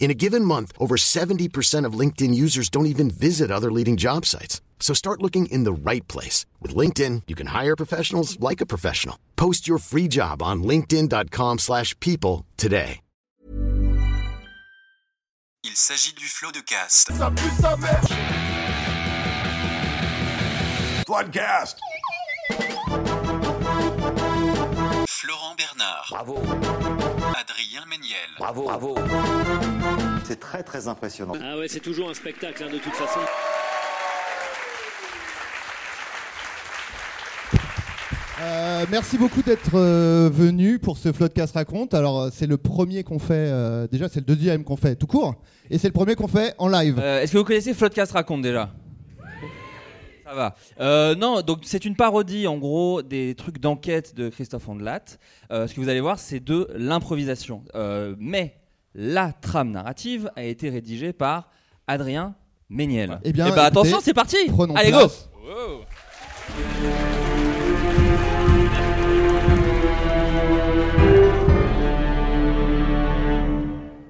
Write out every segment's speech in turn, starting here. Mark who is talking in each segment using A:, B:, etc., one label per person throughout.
A: In a given month, over 70% of LinkedIn users don't even visit other leading job sites. So start looking in the right place. With LinkedIn, you can hire professionals like a professional. Post your free job on linkedin.com/people slash people today.
B: Il s'agit du flot de cast.
C: Floodcast.
B: Florent Bernard,
C: Bravo,
B: Adrien Méniel,
C: bravo, bravo. C'est très très impressionnant.
D: Ah ouais, c'est toujours un spectacle hein, de toute façon.
E: Euh, merci beaucoup d'être euh, venu pour ce Floodcast Raconte. Alors, euh, c'est le premier qu'on fait, euh, déjà, c'est le deuxième qu'on fait tout court, et c'est le premier qu'on fait en live.
F: Euh, Est-ce que vous connaissez Floodcast Raconte déjà Ça va. Euh, non, donc c'est une parodie en gros des trucs d'enquête de Christophe Ondelat. Euh, ce que vous allez voir, c'est de l'improvisation. Euh, mais la trame narrative a été rédigée par Adrien Méniel.
E: Eh bien,
F: bah,
E: écoutez,
F: attention, c'est parti
E: Prenons
F: Allez, go
E: place.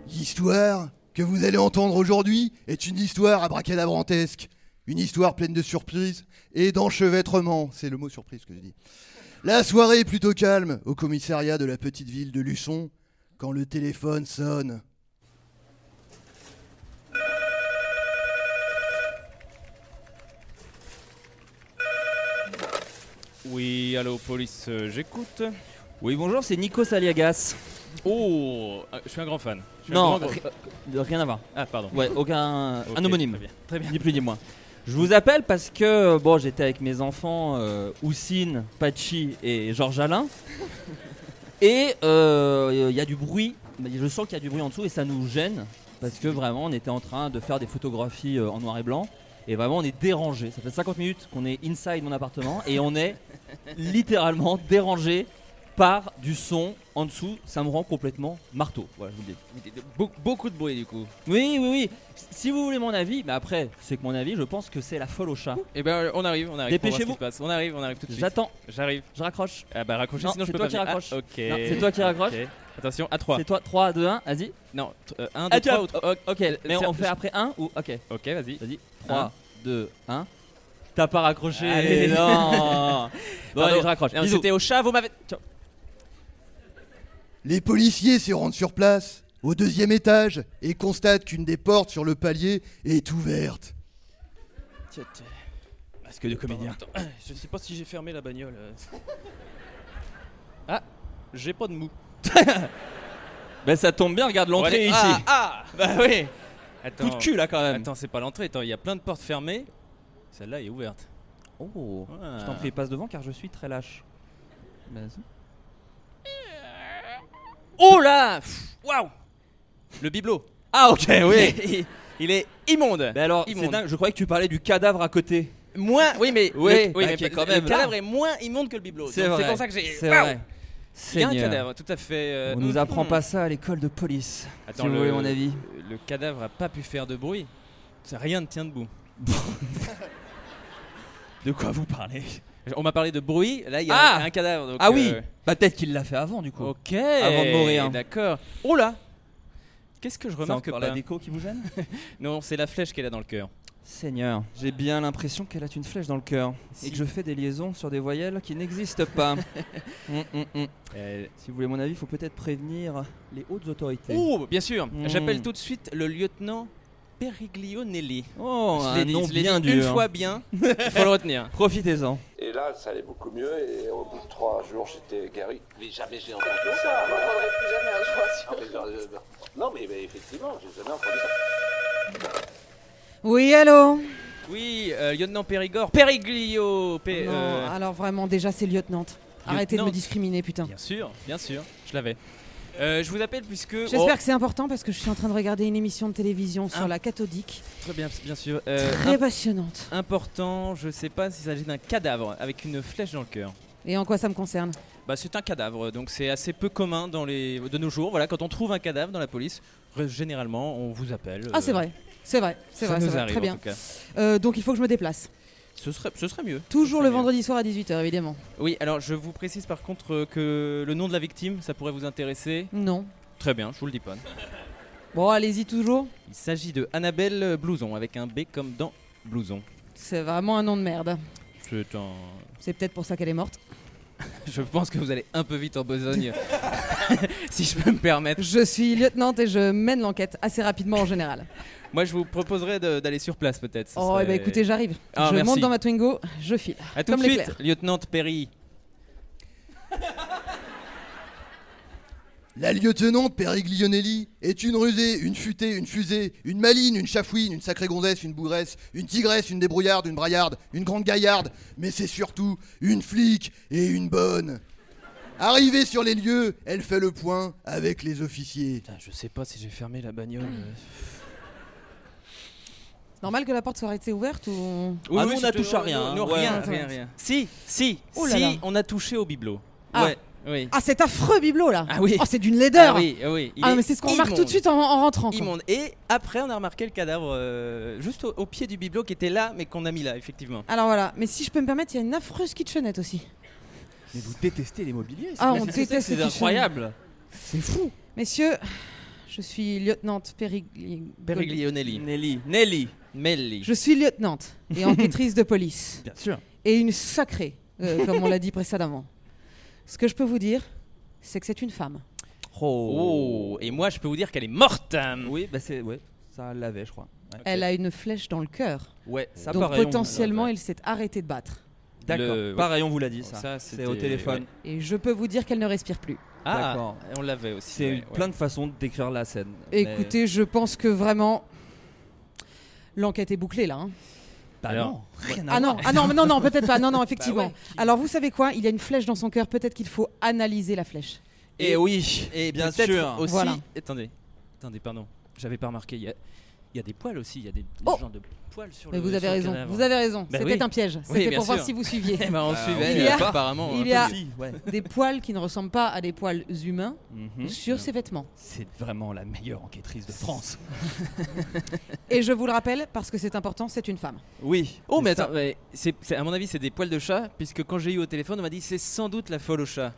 G: L'histoire que vous allez entendre aujourd'hui est une histoire abracadabrantesque, une histoire pleine de surprises et d'enchevêtrements. C'est le mot surprise que je dis. La soirée est plutôt calme au commissariat de la petite ville de Luçon quand le téléphone sonne.
H: Oui, allô, police, euh, j'écoute.
F: Oui, bonjour, c'est Nico Saliagas.
H: Oh, euh, je suis un grand fan. Je suis un
F: Non,
H: grand, grand-
F: ri- euh, rien à voir.
H: Ah, pardon.
F: Ouais, aucun.
H: Ok,
F: un homonyme.
H: Très bien. Très bien.
F: Ni plus ni moins. Je vous appelle parce que bon, j'étais avec mes enfants euh, Houssine, Pachi et Georges Alain. Et euh, il y a du bruit. Je sens qu'il y a du bruit en dessous et ça nous gêne parce que vraiment on était en train de faire des photographies euh, en noir et blanc. Et vraiment on est dérangé. Ça fait 50 minutes qu'on est inside mon appartement et on est littéralement dérangé par du son en dessous. Ça me rend complètement marteau. Voilà, je vous le dis.
H: Be- beaucoup de bruit du coup.
F: Oui, oui, oui. Si vous voulez mon avis, mais après, c'est que mon avis, je pense que c'est la folle au chat.
H: Eh ben, on arrive, on arrive. pour voir ce qui
F: Dépêchez-vous.
H: se passe. On arrive, on arrive tout de suite.
F: J'attends,
H: J'arrive.
F: je raccroche.
H: Ah bah raccrochez,
F: Non,
H: sinon je
F: c'est
H: peux
F: toi
H: pas
F: qui
H: venir. Ah,
F: raccroches.
H: ok.
F: Non, c'est toi qui raccroches.
H: Ok. Attention, à 3.
F: C'est toi, 3, 2, 1, vas-y.
H: Non, 1,
F: Ah,
H: 2,
F: tu as-
H: 3 ou trois.
F: Ok, mais
H: c'est-
F: on fait après 1 ou. Ok,
H: Ok, vas-y.
F: vas-y.
H: Un.
F: 3, 2, 1. T'as pas raccroché.
H: Allez.
F: non. bon, allez, je raccroche.
H: Non,
F: Bisous.
H: C'était au chat, vous m'avez. Tiens.
G: Les policiers se rendent sur place, au deuxième étage, et constatent qu'une des portes sur le palier est ouverte.
H: Tiens, tiens.
F: Masque de comédien.
H: Attends, je sais pas si j'ai fermé la bagnole. euh. Ah, j'ai pas de mou.
F: Ben, ça tombe bien, regarde l'entrée
H: Bon, allez.
F: ici.
H: Ah, ah
F: Bah oui.
H: Attends.
F: Coup de cul là quand même.
H: Attends, c'est pas l'entrée. Attends, il y a plein de portes fermées. Celle-là est ouverte.
F: Oh.
H: Ah.
F: Je t'en prie, passe devant car je suis très lâche. Vas-y.
H: Oh là Pff, Waouh Le bibelot
F: Ah, ok, oui.
H: il, il est immonde
F: Ben alors,
H: Immonde.
F: c'est dingue, je croyais que tu parlais du cadavre à côté.
H: Moins, oui mais,
F: Oui,
H: le- oui,
F: bah,
H: mais
F: qui est
H: le-
F: quand même
H: le
F: là.
H: cadavre est moins immonde que le bibelot.
F: C'est
H: Donc
F: vrai.
H: pour ça que j'ai...
F: C'est
H: Waouh
F: vrai.
H: Il y a un
F: Seigneur.
H: cadavre, tout à fait... euh,
F: On nous
H: hum,
F: apprend
H: hum.
F: pas ça à l'école de police.
H: Attends,
F: si vous
H: le-
F: voulez mon avis.
H: Le cadavre a pas pu faire de bruit. Ça, Rien ne tient debout.
F: De quoi vous parlez
H: On m'a parlé de bruit, là il y a
F: Ah
H: un- un cadavre. donc,
F: Ah oui
H: euh,
F: Bah peut-être qu'il l'a fait avant du coup.
H: Ok
F: Avant de mourir.
H: D'accord. Oh là Qu'est-ce que je
F: C'est
H: remarque
F: encore la
H: pas
F: déco qui vous gêne
H: Non, c'est la flèche qu'elle a dans le cœur.
F: Seigneur, j'ai bien l'impression qu'elle a une flèche dans le cœur.
H: Si.
F: Et que je fais des liaisons sur des voyelles qui n'existent pas. Hum, hum, hum.
H: Euh,
F: Si vous voulez mon avis, faut peut-être prévenir les hautes autorités.
H: Oh, bien sûr.
F: Mm.
H: J'appelle tout de suite le lieutenant Periglio Nelli.
F: Oh,
H: Je
F: un
H: l'ai dit,
F: nom
H: je l'ai
F: bien
H: dit
F: dur.
H: Une fois bien, il faut le retenir.
F: Profitez-en.
I: Et voilà, ça allait beaucoup mieux et au bout de trois jours, j'étais guéri. Mais jamais j'ai entendu ça. Je n'entendrai plus jamais un jour. Non, mais, euh, non, mais, mais effectivement, j'ai jamais entendu ça.
J: Oui, allô
H: Oui, euh, lieutenant Périgord. Périglio Pé-
J: Oh Non,
H: euh,
J: alors vraiment, déjà, c'est lieutenante. Arrêtez de me
H: Lieutenante.
J: discriminer, putain.
H: Bien sûr, bien sûr, je l'avais. Euh, je vous appelle puisque.
J: J'espère
H: Oh,
J: que c'est important parce que je suis en train de regarder une émission de télévision sur
H: Ah.
J: la cathodique.
H: Très bien, bien sûr. Euh,
J: Très
H: imp-
J: passionnante.
H: Important, je sais pas s'il s'agit d'un cadavre avec une flèche dans le cœur.
J: Et en quoi ça me concerne
H: Bah, c'est un cadavre, donc c'est assez peu commun dans les... de nos jours. Voilà, quand on trouve un cadavre dans la police, ré- généralement on vous appelle.
J: Ah, c'est
H: euh,
J: vrai. C'est vrai, c'est
H: ça
J: vrai, c'est
H: nous
J: vrai.
H: arrive,
J: Très
H: en
J: bien.
H: tout cas.
J: Euh, donc il faut que je me déplace.
H: Ce serait, ce serait mieux.
J: Toujours
H: Ce
J: le
H: serait mieux.
J: vendredi soir à 18h, évidemment.
H: Oui, alors je vous précise par contre euh, que le nom de la victime, ça pourrait vous intéresser.
J: Non.
H: Très bien, je vous le dis pas.
J: Bon, allez-y toujours.
H: Il s'agit de Annabelle Blouson, avec un B comme dans Blouson.
J: C'est vraiment un nom de merde.
H: C'est un-
J: C'est peut-être pour ça qu'elle est morte.
H: Je pense que vous allez un peu vite en besogne, si je peux me permettre.
J: Je suis lieutenante et je mène l'enquête assez rapidement en général.
H: Moi, je vous proposerais de- d'aller sur place peut-être. ce
J: Oh,
H: serait-
J: eh ben, écoutez, j'arrive.
H: Ah,
J: je
H: merci.
J: monte dans ma Twingo, je file.
H: À tout
J: Comme
H: de
J: l'éclair.
H: suite, lieutenant Perry.
G: La lieutenante Périglionelli est une rusée, une futée, une fusée, une maline, une chafouine, une sacrée gonzesse, une bougresse, une tigresse, une débrouillarde, une braillarde, une grande gaillarde, mais c'est surtout une flic et une bonne. Arrivée sur les lieux, elle fait le point avec les officiers.
H: je sais pas si j'ai fermé la bagnole. euh.
J: Normal que la porte soit restée ouverte ou.
H: ah,
F: oui,
H: nous, on
F: c'est
H: a
F: toujours-
H: touché à rien.
F: non,
H: hein.
F: non,
H: Ouais,
F: rien,
J: rien,
F: rien.
H: Si, si,
J: Oh là
H: si,
J: là.
H: on a touché au bibelot.
J: Ah.
H: Ouais, oui.
J: Ah, cet affreux bibelot là
H: Ah oui.
J: Oh, c'est d'une laideur
H: Ah oui, ah oui. il
J: Ah,
H: est
J: mais c'est ce qu'on remarque tout de
H: immonde.
J: suite en, en rentrant. quoi.
H: Immonde. Et après, on a remarqué le cadavre euh, juste au, au pied du bibelot qui était là, mais qu'on a mis là, effectivement.
J: Alors voilà, mais si je peux me permettre, il y a une affreuse kitchenette aussi.
F: Mais vous détestez les mobiliers
J: Ah,
H: Mais
J: on
H: c'est- c'est-
J: déteste
H: C'est
J: les
H: incroyable.
J: C'est fou Messieurs, je suis lieutenante Périgli...
H: Periglionelli.
F: Nelly.
H: Nelly. Melly.
J: Je suis lieutenante et enquêtrice de police.
F: Bien sûr.
J: Et une sacrée, euh, comme on l'a dit précédemment. Ce que je peux vous dire, c'est que c'est une femme.
H: Oh. et moi, je peux vous dire qu'elle est morte.
F: Oui, bah c'est. Ouais, ça l'avait, je crois. Ouais.
J: Elle a une flèche dans le cœur.
F: Ouais, ça
J: Eh, Donc
F: Ah, pareil, on-
J: potentiellement,
F: ouais.
J: il s'est arrêté de battre.
F: D'accord.
H: Le-
F: Pareil, on vous l'a dit, ça.
H: Ça,
F: c'est
H: c'était-
F: au téléphone.
H: ouais.
J: Et je peux vous dire qu'elle ne respire plus.
H: Ah,
F: D'accord.
H: on l'avait aussi.
F: C'est
H: ouais, ouais.
F: plein de façons de décrire la scène.
J: Écoutez, je pense que vraiment. L'enquête est bouclée là. hein.
F: Bah
H: Alors, Bah
F: non, rien à
J: Ah non,
F: voir.
J: ah non, mais non, non, peut-être pas. Non, non, effectivement.
F: ouais, qui-
J: Alors vous savez quoi Il y a une flèche dans son cœur. Peut-être qu'il faut analyser la flèche.
F: Et oui, et bien
H: peut-être
F: sûr.
H: Aussi,
J: Voilà.
H: attendez, attendez, pardon, j'avais pas remarqué. Il y a, il y a des poils aussi. Il y a des, des
J: Oh
H: genres de poils sur
J: Mais
H: le.
J: vous avez
H: sur le
J: raison.
H: cadavre.
J: Vous avez raison.
H: Bah
J: C'était
H: oui.
J: un piège.
H: Oui,
J: C'était
H: bien
J: pour voir
H: sûr.
J: si vous suiviez.
H: Eh ben, on
F: Bah,
H: suivait.
J: il y a-
H: euh, apparemment.
J: il
H: un
J: y a-
H: peu de vie, ouais.
J: Des poils qui ne ressemblent pas à des poils humains
F: Mhm.
J: sur ses vêtements.
F: C'est vraiment la meilleure enquêtrice de France.
J: Et je vous le rappelle parce que c'est important. C'est une femme.
F: Oui.
H: Oh mais attends, mais c'est- c'est- à mon avis c'est des poils de chat puisque quand j'ai eu au téléphone on m'a dit c'est sans doute la folle au chat.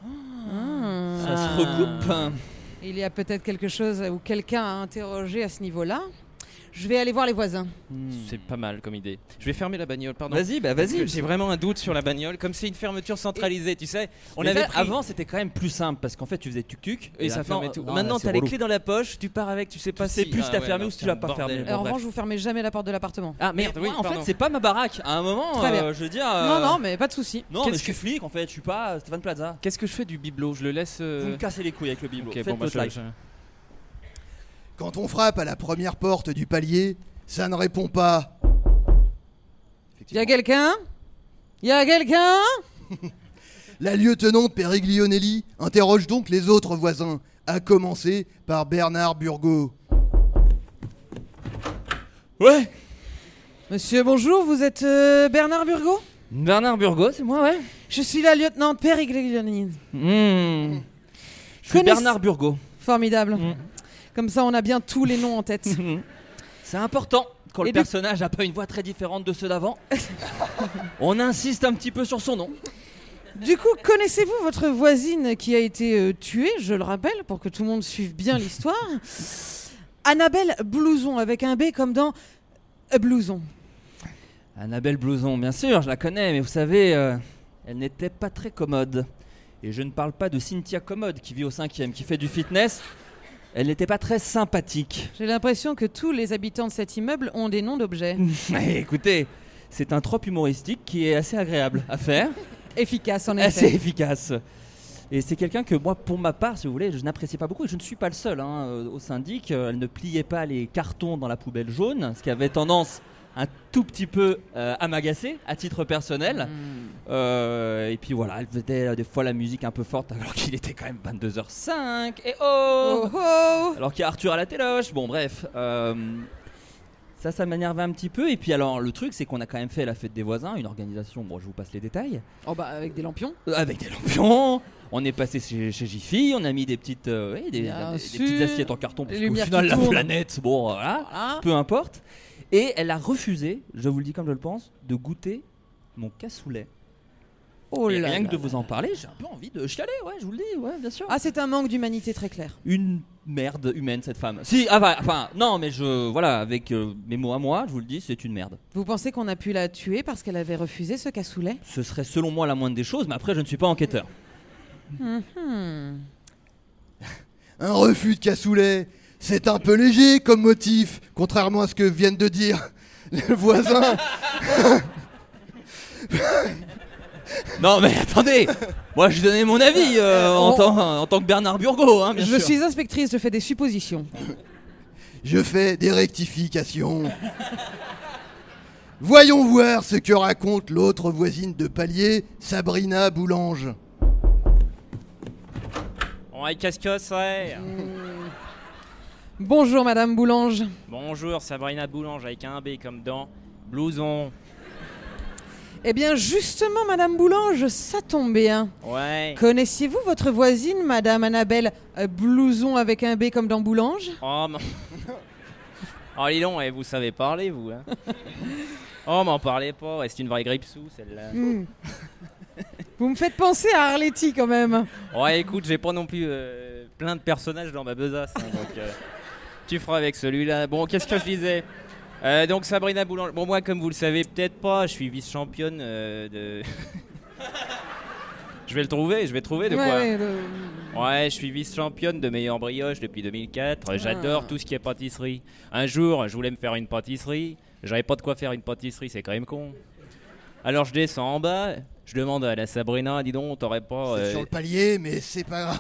H: Ça se recoupe. hein.
J: Il y a peut-être quelque chose ou quelqu'un à interroger à ce niveau-là. Je vais aller voir les voisins.
H: C'est pas mal comme idée. Je vais fermer la bagnole, pardon.
F: Vas-y, bah
H: Parce que
F: vas-y.
H: J'ai vraiment un doute sur la bagnole. Comme c'est une fermeture centralisée, tu sais,
F: On
H: on
F: avait
H: avait pris-
F: avant, c'était quand même plus simple parce qu'en fait, tu faisais tuc tuc
H: Et ça fermait tout. Maintenant, t'as les clés dans la poche, tu pars avec, tu sais pas
F: sais
H: si. Ah
F: plus si t'as
H: ouais,
F: fermé
H: non,
F: ou si ah, tu
H: c'est
F: l'as
H: un
F: pas
H: bordel.
F: fermé.
J: en
F: bref.
J: revanche, vous fermez jamais la porte de l'appartement.
H: Ah merde, oui,
F: en fait,
H: pardon.
F: c'est pas ma baraque. À un moment,
J: Très bien.
F: euh, je veux dire. euh,
J: Non, non, mais pas de souci.
F: Non,
H: Qu'est-ce
F: mais je suis
H: que-
F: flic en fait, je suis pas euh, Stéphane Plaza.
H: Qu'est-ce que je fais du bibelot Je le laisse. euh,
F: Vous me cassez les couilles avec le bibelot.
H: ok,
F: Faites
H: bon, bah,
F: votre
H: je-
F: live.
H: je-
G: Quand on frappe à la première porte du palier, ça ne répond pas.
J: Y a quelqu'un Y a quelqu'un
G: La lieutenante Périglionelli interroge donc les autres voisins, à commencer par Bernard Burgot.
F: Ouais.
J: Monsieur, bonjour, vous êtes euh, Bernard Burgot
F: Bernard Burgot, c'est moi, ouais.
J: Je suis la lieutenant Périglioni.
F: Mmh. Je suis
J: Connaiss-
F: Bernard Burgot. Hmm.
J: Formidable. Comme ça, on a bien tous les noms en tête.
F: C'est important quand
J: Et
F: le
J: du-
F: personnage a pas une voix très différente de ceux d'avant. On insiste un petit peu sur son nom.
J: du coup, connaissez-vous votre voisine qui a été euh, tuée, je le rappelle, pour que tout le monde suive bien l'histoire Annabelle Blouson, avec un B comme dans euh, Blouson.
F: Annabelle Blouson, bien sûr, je la connais, mais vous savez, euh, elle n'était pas très commode. Et je ne parle pas de Cynthia Commode qui vit au cinquième, qui fait du fitness. Elle n'était pas très sympathique.
J: J'ai l'impression que tous les habitants de cet immeuble ont des noms d'objets.
F: Mais écoutez, c'est un trope humoristique qui est assez agréable à faire.
J: Efficace, en
F: assez
J: effet.
F: efficace. Et c'est quelqu'un que moi, pour ma part, si vous voulez, je n'appréciais pas beaucoup. Et je ne suis pas le seul hein, euh, au syndic. Euh, Elle ne pliait pas les cartons dans la poubelle jaune, ce qui avait tendance un tout petit peu euh, à m'agacer à titre personnel. Euh, et puis voilà, elle faisait euh, des fois la musique un peu forte alors qu'il était quand même 22h05. Et oh, Alors qu'il y a Arthur à la téloche. Bon, bref. euh, ça, ça m'énervait un petit peu. Et puis alors, le truc, c'est qu'on a quand même fait la fête des voisins, une organisation. Bon, je vous passe les détails.
J: Oh bah avec des lampions.
F: Euh, Avec des lampions, on est passé chez, chez Jiffy, on a mis des petites, euh, oui, des,
J: Bien
F: des- des
J: sûr.
F: petites assiettes en carton, parce
J: Les
F: qu'au
J: lumières
F: final,
J: qui
F: la
J: tournent.
F: planète, bon, euh, voilà,
J: Voilà.
F: peu importe. Et elle a refusé, je vous le dis comme je le pense, de goûter mon cassoulet.
J: Oh
F: Et
J: là
F: rien
J: là
F: que de vous en parler, j'ai un peu envie de chialer, ouais, je vous le dis, ouais, bien sûr.
J: Ah, c'est un manque d'humanité très clair.
F: Une merde humaine, cette femme. Si, ah, bah, enfin, non, mais je, voilà, avec euh, mes mots à moi, je vous le dis, c'est une merde.
J: Vous pensez qu'on a pu la tuer parce qu'elle avait refusé ce cassoulet
F: Ce serait selon moi la moindre des choses, mais après, je ne suis pas enquêteur.
J: Mhm.
G: Un refus de cassoulet, c'est un peu léger comme motif, contrairement à ce que viennent de dire les voisins.
F: Non mais attendez Moi je donnais mon avis euh, en,
J: On-
F: tant, en tant que Bernard Burgot, hein, bien
J: Je
F: sûr.
J: suis inspectrice, je fais des suppositions.
G: Je fais des rectifications. Voyons voir ce que raconte l'autre voisine de palier, Sabrina Boulange.
K: Ouais, casse-casse, ouais.
J: Bonjour Madame Boulange.
K: Bonjour, Sabrina Boulange avec un B comme dans blouson.
J: Eh bien justement Madame Boulange, ça tombe bien.
K: Ouais.
J: Connaissiez-vous votre voisine Madame Annabelle euh, Blouson avec un B comme dans Boulange
K: Oh, mon... oh, dis donc, eh, vous savez parler, vous. Hein. oh, m'en parlez pas, ouais, c'est une vraie grippe sous, celle-là.
J: Hmm. Vous me faites penser à Arletty quand même.
K: Ouais, écoute, j'ai pas non plus euh, plein de personnages dans ma besace. hein, donc, euh, tu feras avec celui-là. Bon, qu'est-ce que je disais Euh, Donc, Sabrina Boulange. Bon, moi, comme vous le savez peut-être pas, je suis vice-championne euh, de. je vais le trouver, je vais trouver de
J: Ouais,
K: quoi.
J: ouais, de-
K: Ouais, je suis vice-championne de meilleure brioche depuis 2004. J'adore
J: Ah.
K: tout ce qui est pâtisserie. Un jour, je voulais me faire une pâtisserie. J'avais pas de quoi faire une pâtisserie, c'est quand même con. Alors je descends en bas, je demande à la Sabrina, dis donc, t'aurais pas.
G: C'est
K: euh,
G: sur le palier, mais c'est pas grave.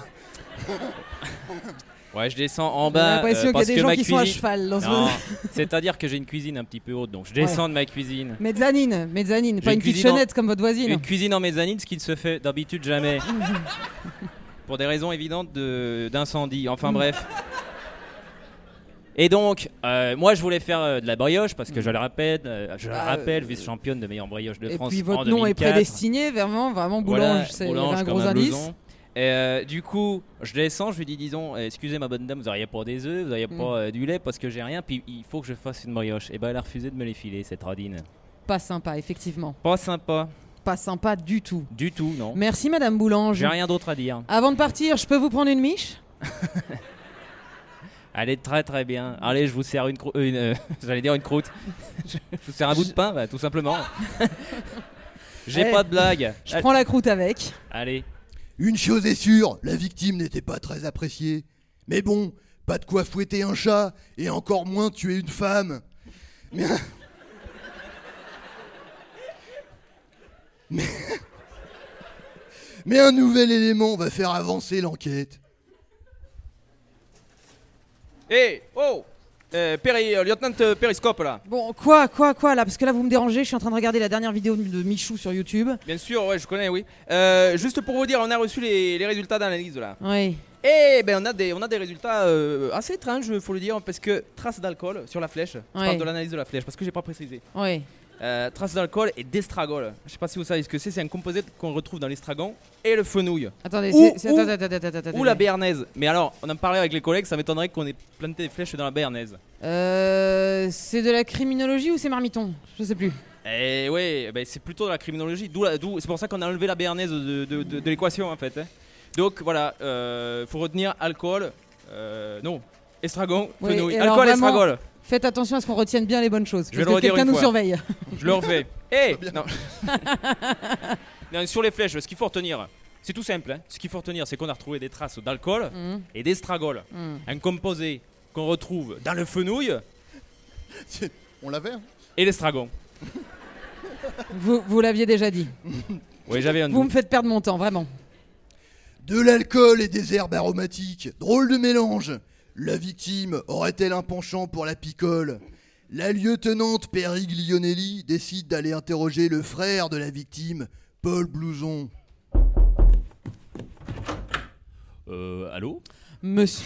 K: Ouais, je descends en
J: J'ai
K: bas. euh,
J: l'impression qu'il y a
K: parce
J: des
K: que
J: gens
K: ma
J: qui sont à
K: cuisine-
J: cheval dans ce
K: Non,
J: moment.
K: C'est-à-dire que j'ai une cuisine un petit peu haute, donc je descends de ma cuisine.
J: Mezzanine, mezzanine,
K: J'ai
J: pas une
K: cuisine
J: kitchenette
K: en-
J: comme votre voisine.
K: Une cuisine en mezzanine, ce qui ne se fait d'habitude jamais. Pour des raisons évidentes de- d'incendie. Enfin bref. Et donc, euh, moi je voulais faire euh, de la brioche parce que je le rappelle, euh, je le
J: Ah,
K: rappelle, vice-championne de meilleure brioche de
J: Et
K: France.
J: puis
K: en
J: votre nom est
K: 2004.
J: prédestiné, vraiment, vraiment Boulange,
K: Voilà,
J: c'est il y avait
K: Boulange
J: un
K: comme
J: gros indice.
K: blouson. Et euh, du coup, je descends, je lui dis disons, euh, excusez ma bonne dame, vous auriez pas des œufs, vous auriez
J: Mm.
K: pas euh, du lait parce que j'ai rien, puis il faut que je fasse une brioche. Et ben elle a refusé de me les filer cette radine.
J: Pas sympa, effectivement.
K: Pas sympa.
J: Pas sympa du tout.
K: Du tout, non.
J: Merci Madame Boulange.
K: J'ai rien d'autre à dire.
J: Avant de partir, je peux vous prendre une miche
K: Allez très très bien. Allez, je vous sers une croûte. J'allais dire une croûte. je vous sers un bout de pain, bah, tout simplement. J'ai
J: Eh,
K: pas de blague.
J: Je prends la croûte avec.
K: Allez.
G: Une chose est sûre, la victime n'était pas très appréciée. Mais bon, pas de quoi fouetter un chat, et encore moins tuer une femme. Mais. Mais- Mais un nouvel élément va faire avancer l'enquête.
H: Hé, oh euh, Perry, euh, lieutenant euh, Périscope là.
J: Bon, quoi, quoi, quoi là Parce que là, vous me dérangez, je suis en train de regarder la dernière vidéo de Michou sur YouTube.
H: Bien sûr, ouais, je connais, oui. Euh, juste pour vous dire, on a reçu les, les résultats d'analyse là.
J: Oui.
H: Eh ben on a des, on a des résultats euh, assez étranges, faut le dire, parce que trace d'alcool sur la flèche. Je
J: Ouais.
H: parle de l'analyse de la flèche parce que j'ai pas précisé.
J: Oui.
H: Euh, trace d'alcool et d'estragol. Je sais pas si vous savez ce que c'est, c'est un composé qu'on retrouve dans l'estragon et le fenouil.
J: Attendez,
H: Ou-
J: c'est- c'est-
H: ou-
J: attends, attends, attends, attends,
H: Ou la béarnaise. Mais alors, on en parlait avec les collègues, ça m'étonnerait qu'on ait planté des flèches dans la béarnaise.
J: Euh, c'est de la criminologie ou c'est marmiton Je sais plus.
H: Eh ouais, ben, c'est plutôt de la criminologie. D'où, la- d'où- c'est pour ça qu'on a enlevé la béarnaise de, de- de- de l'équation en fait. hein. Donc voilà, euh, faut retenir alcool, euh, non, estragon,
J: Oui,
H: fenouil.
J: et alors
H: Alcool,
J: vraiment,
H: estragol.
J: Faites attention à ce qu'on retienne bien les bonnes choses.
H: Je vais
J: parce
H: le redire
J: que quelqu'un
H: une
J: nous
H: fois.
J: surveille.
H: Je le refais. Eh non. Non, Sur les flèches, ce qu'il faut retenir, c'est tout simple. hein. Ce qu'il faut retenir, c'est qu'on a retrouvé des traces d'alcool
J: Mhm.
H: et d'estragol,
J: Mhm.
H: un composé qu'on retrouve dans le fenouil
G: On l'avait hein
H: et l'estragon.
J: Vous, vous l'aviez déjà dit.
H: Oui, j'avais un
J: Vous
H: doute.
J: me faites perdre mon temps, vraiment.
G: De l'alcool et des herbes aromatiques. Drôle de mélange. La victime aurait-elle un penchant pour la picole La lieutenante Periglionelli décide d'aller interroger le frère de la victime, Paul Blouson.
F: Euh, allô
J: Monsieur.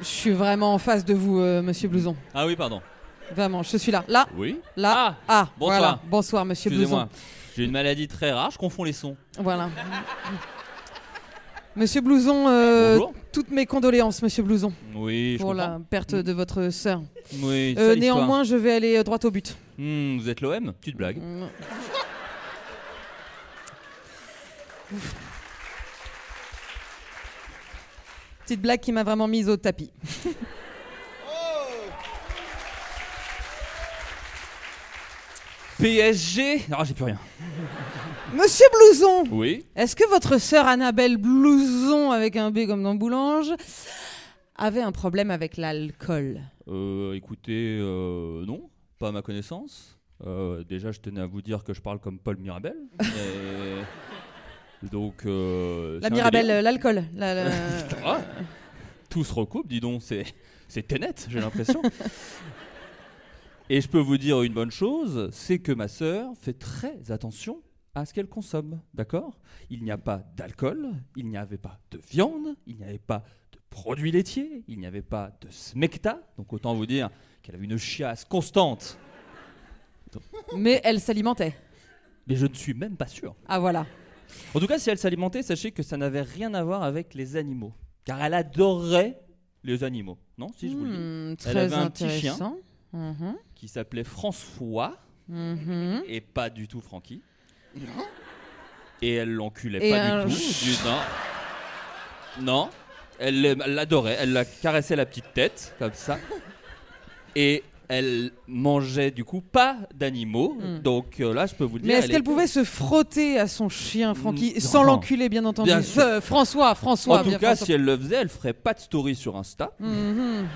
J: Je suis vraiment en face de vous, euh, monsieur Blouson.
F: Ah oui, pardon.
J: Vraiment, je suis là. Là
F: Oui.
J: Là Ah,
F: bonsoir.
J: Voilà. Bonsoir, monsieur Blouson.
F: Excusez-moi. J'ai une maladie très rare, je confonds les sons.
J: Voilà. monsieur Blouson, euh,
F: Bonjour.
J: toutes mes condoléances, monsieur Blouson.
F: Oui, je
J: Pour la
F: comprends.
J: perte de votre sœur.
F: Oui,
J: Euh,
F: sale histoire.
J: néanmoins, je vais aller euh, droit au but.
F: Hmm, vous êtes l'OM Petite blague.
J: Petite blague qui m'a vraiment mise au tapis.
F: Oh. PSG Non, j'ai plus rien.
J: Monsieur Blouson
F: Oui.
J: Est-ce que votre sœur Annabelle Blouson, avec un B comme dans Boulange, avait un problème avec l'alcool
F: Euh, écoutez, euh, non, pas à ma connaissance. Euh, déjà, je tenais à vous dire que je parle comme Paul Mirabel. Et donc, euh,
J: La
F: c'est un
J: Mirabelle,
F: délire.
J: euh, l'alcool, la- la-
F: Ah, tout se recoupe, dis donc, c'est c'est Tenet, j'ai l'impression. Et je peux vous dire une bonne chose, c'est que ma sœur fait très attention à ce qu'elle consomme, d'accord Il n'y a pas d'alcool, il n'y avait pas de viande, il n'y avait pas de produits laitiers, il n'y avait pas de smecta, donc autant vous dire qu'elle a eu une chiasse constante.
J: Mais elle s'alimentait.
F: Mais je ne suis même pas sûr.
J: Ah voilà.
F: En tout cas, si elle s'alimentait, sachez que ça n'avait rien à voir avec les animaux. Car elle adorait les animaux. Non, si je vous le
J: Hmm,
F: dis.
J: très
F: elle avait un petit chien
J: intéressant. Mhm.
F: qui s'appelait François
J: Mhm.
F: et pas du tout Francky. Et elle l'enculait
J: Et
F: pas
J: un-
F: du tout. du- non. Non. Elle l'aim- elle l'adorait. Elle la caressait la petite tête, comme ça. Et elle mangeait du coup pas d'animaux.
J: Hmm.
F: Donc euh, là, je peux vous le dire.
J: Mais est-ce
F: elle
J: qu'elle
F: est-
J: pouvait se frotter à son chien, Francky,
F: Mm,
J: sans
F: non.
J: l'enculer, bien entendu
F: Bien sûr.
J: Euh, François, François.
F: En tout
J: bien
F: cas,
J: François.
F: si elle le faisait, elle ferait pas de story sur Insta.
J: Mhm.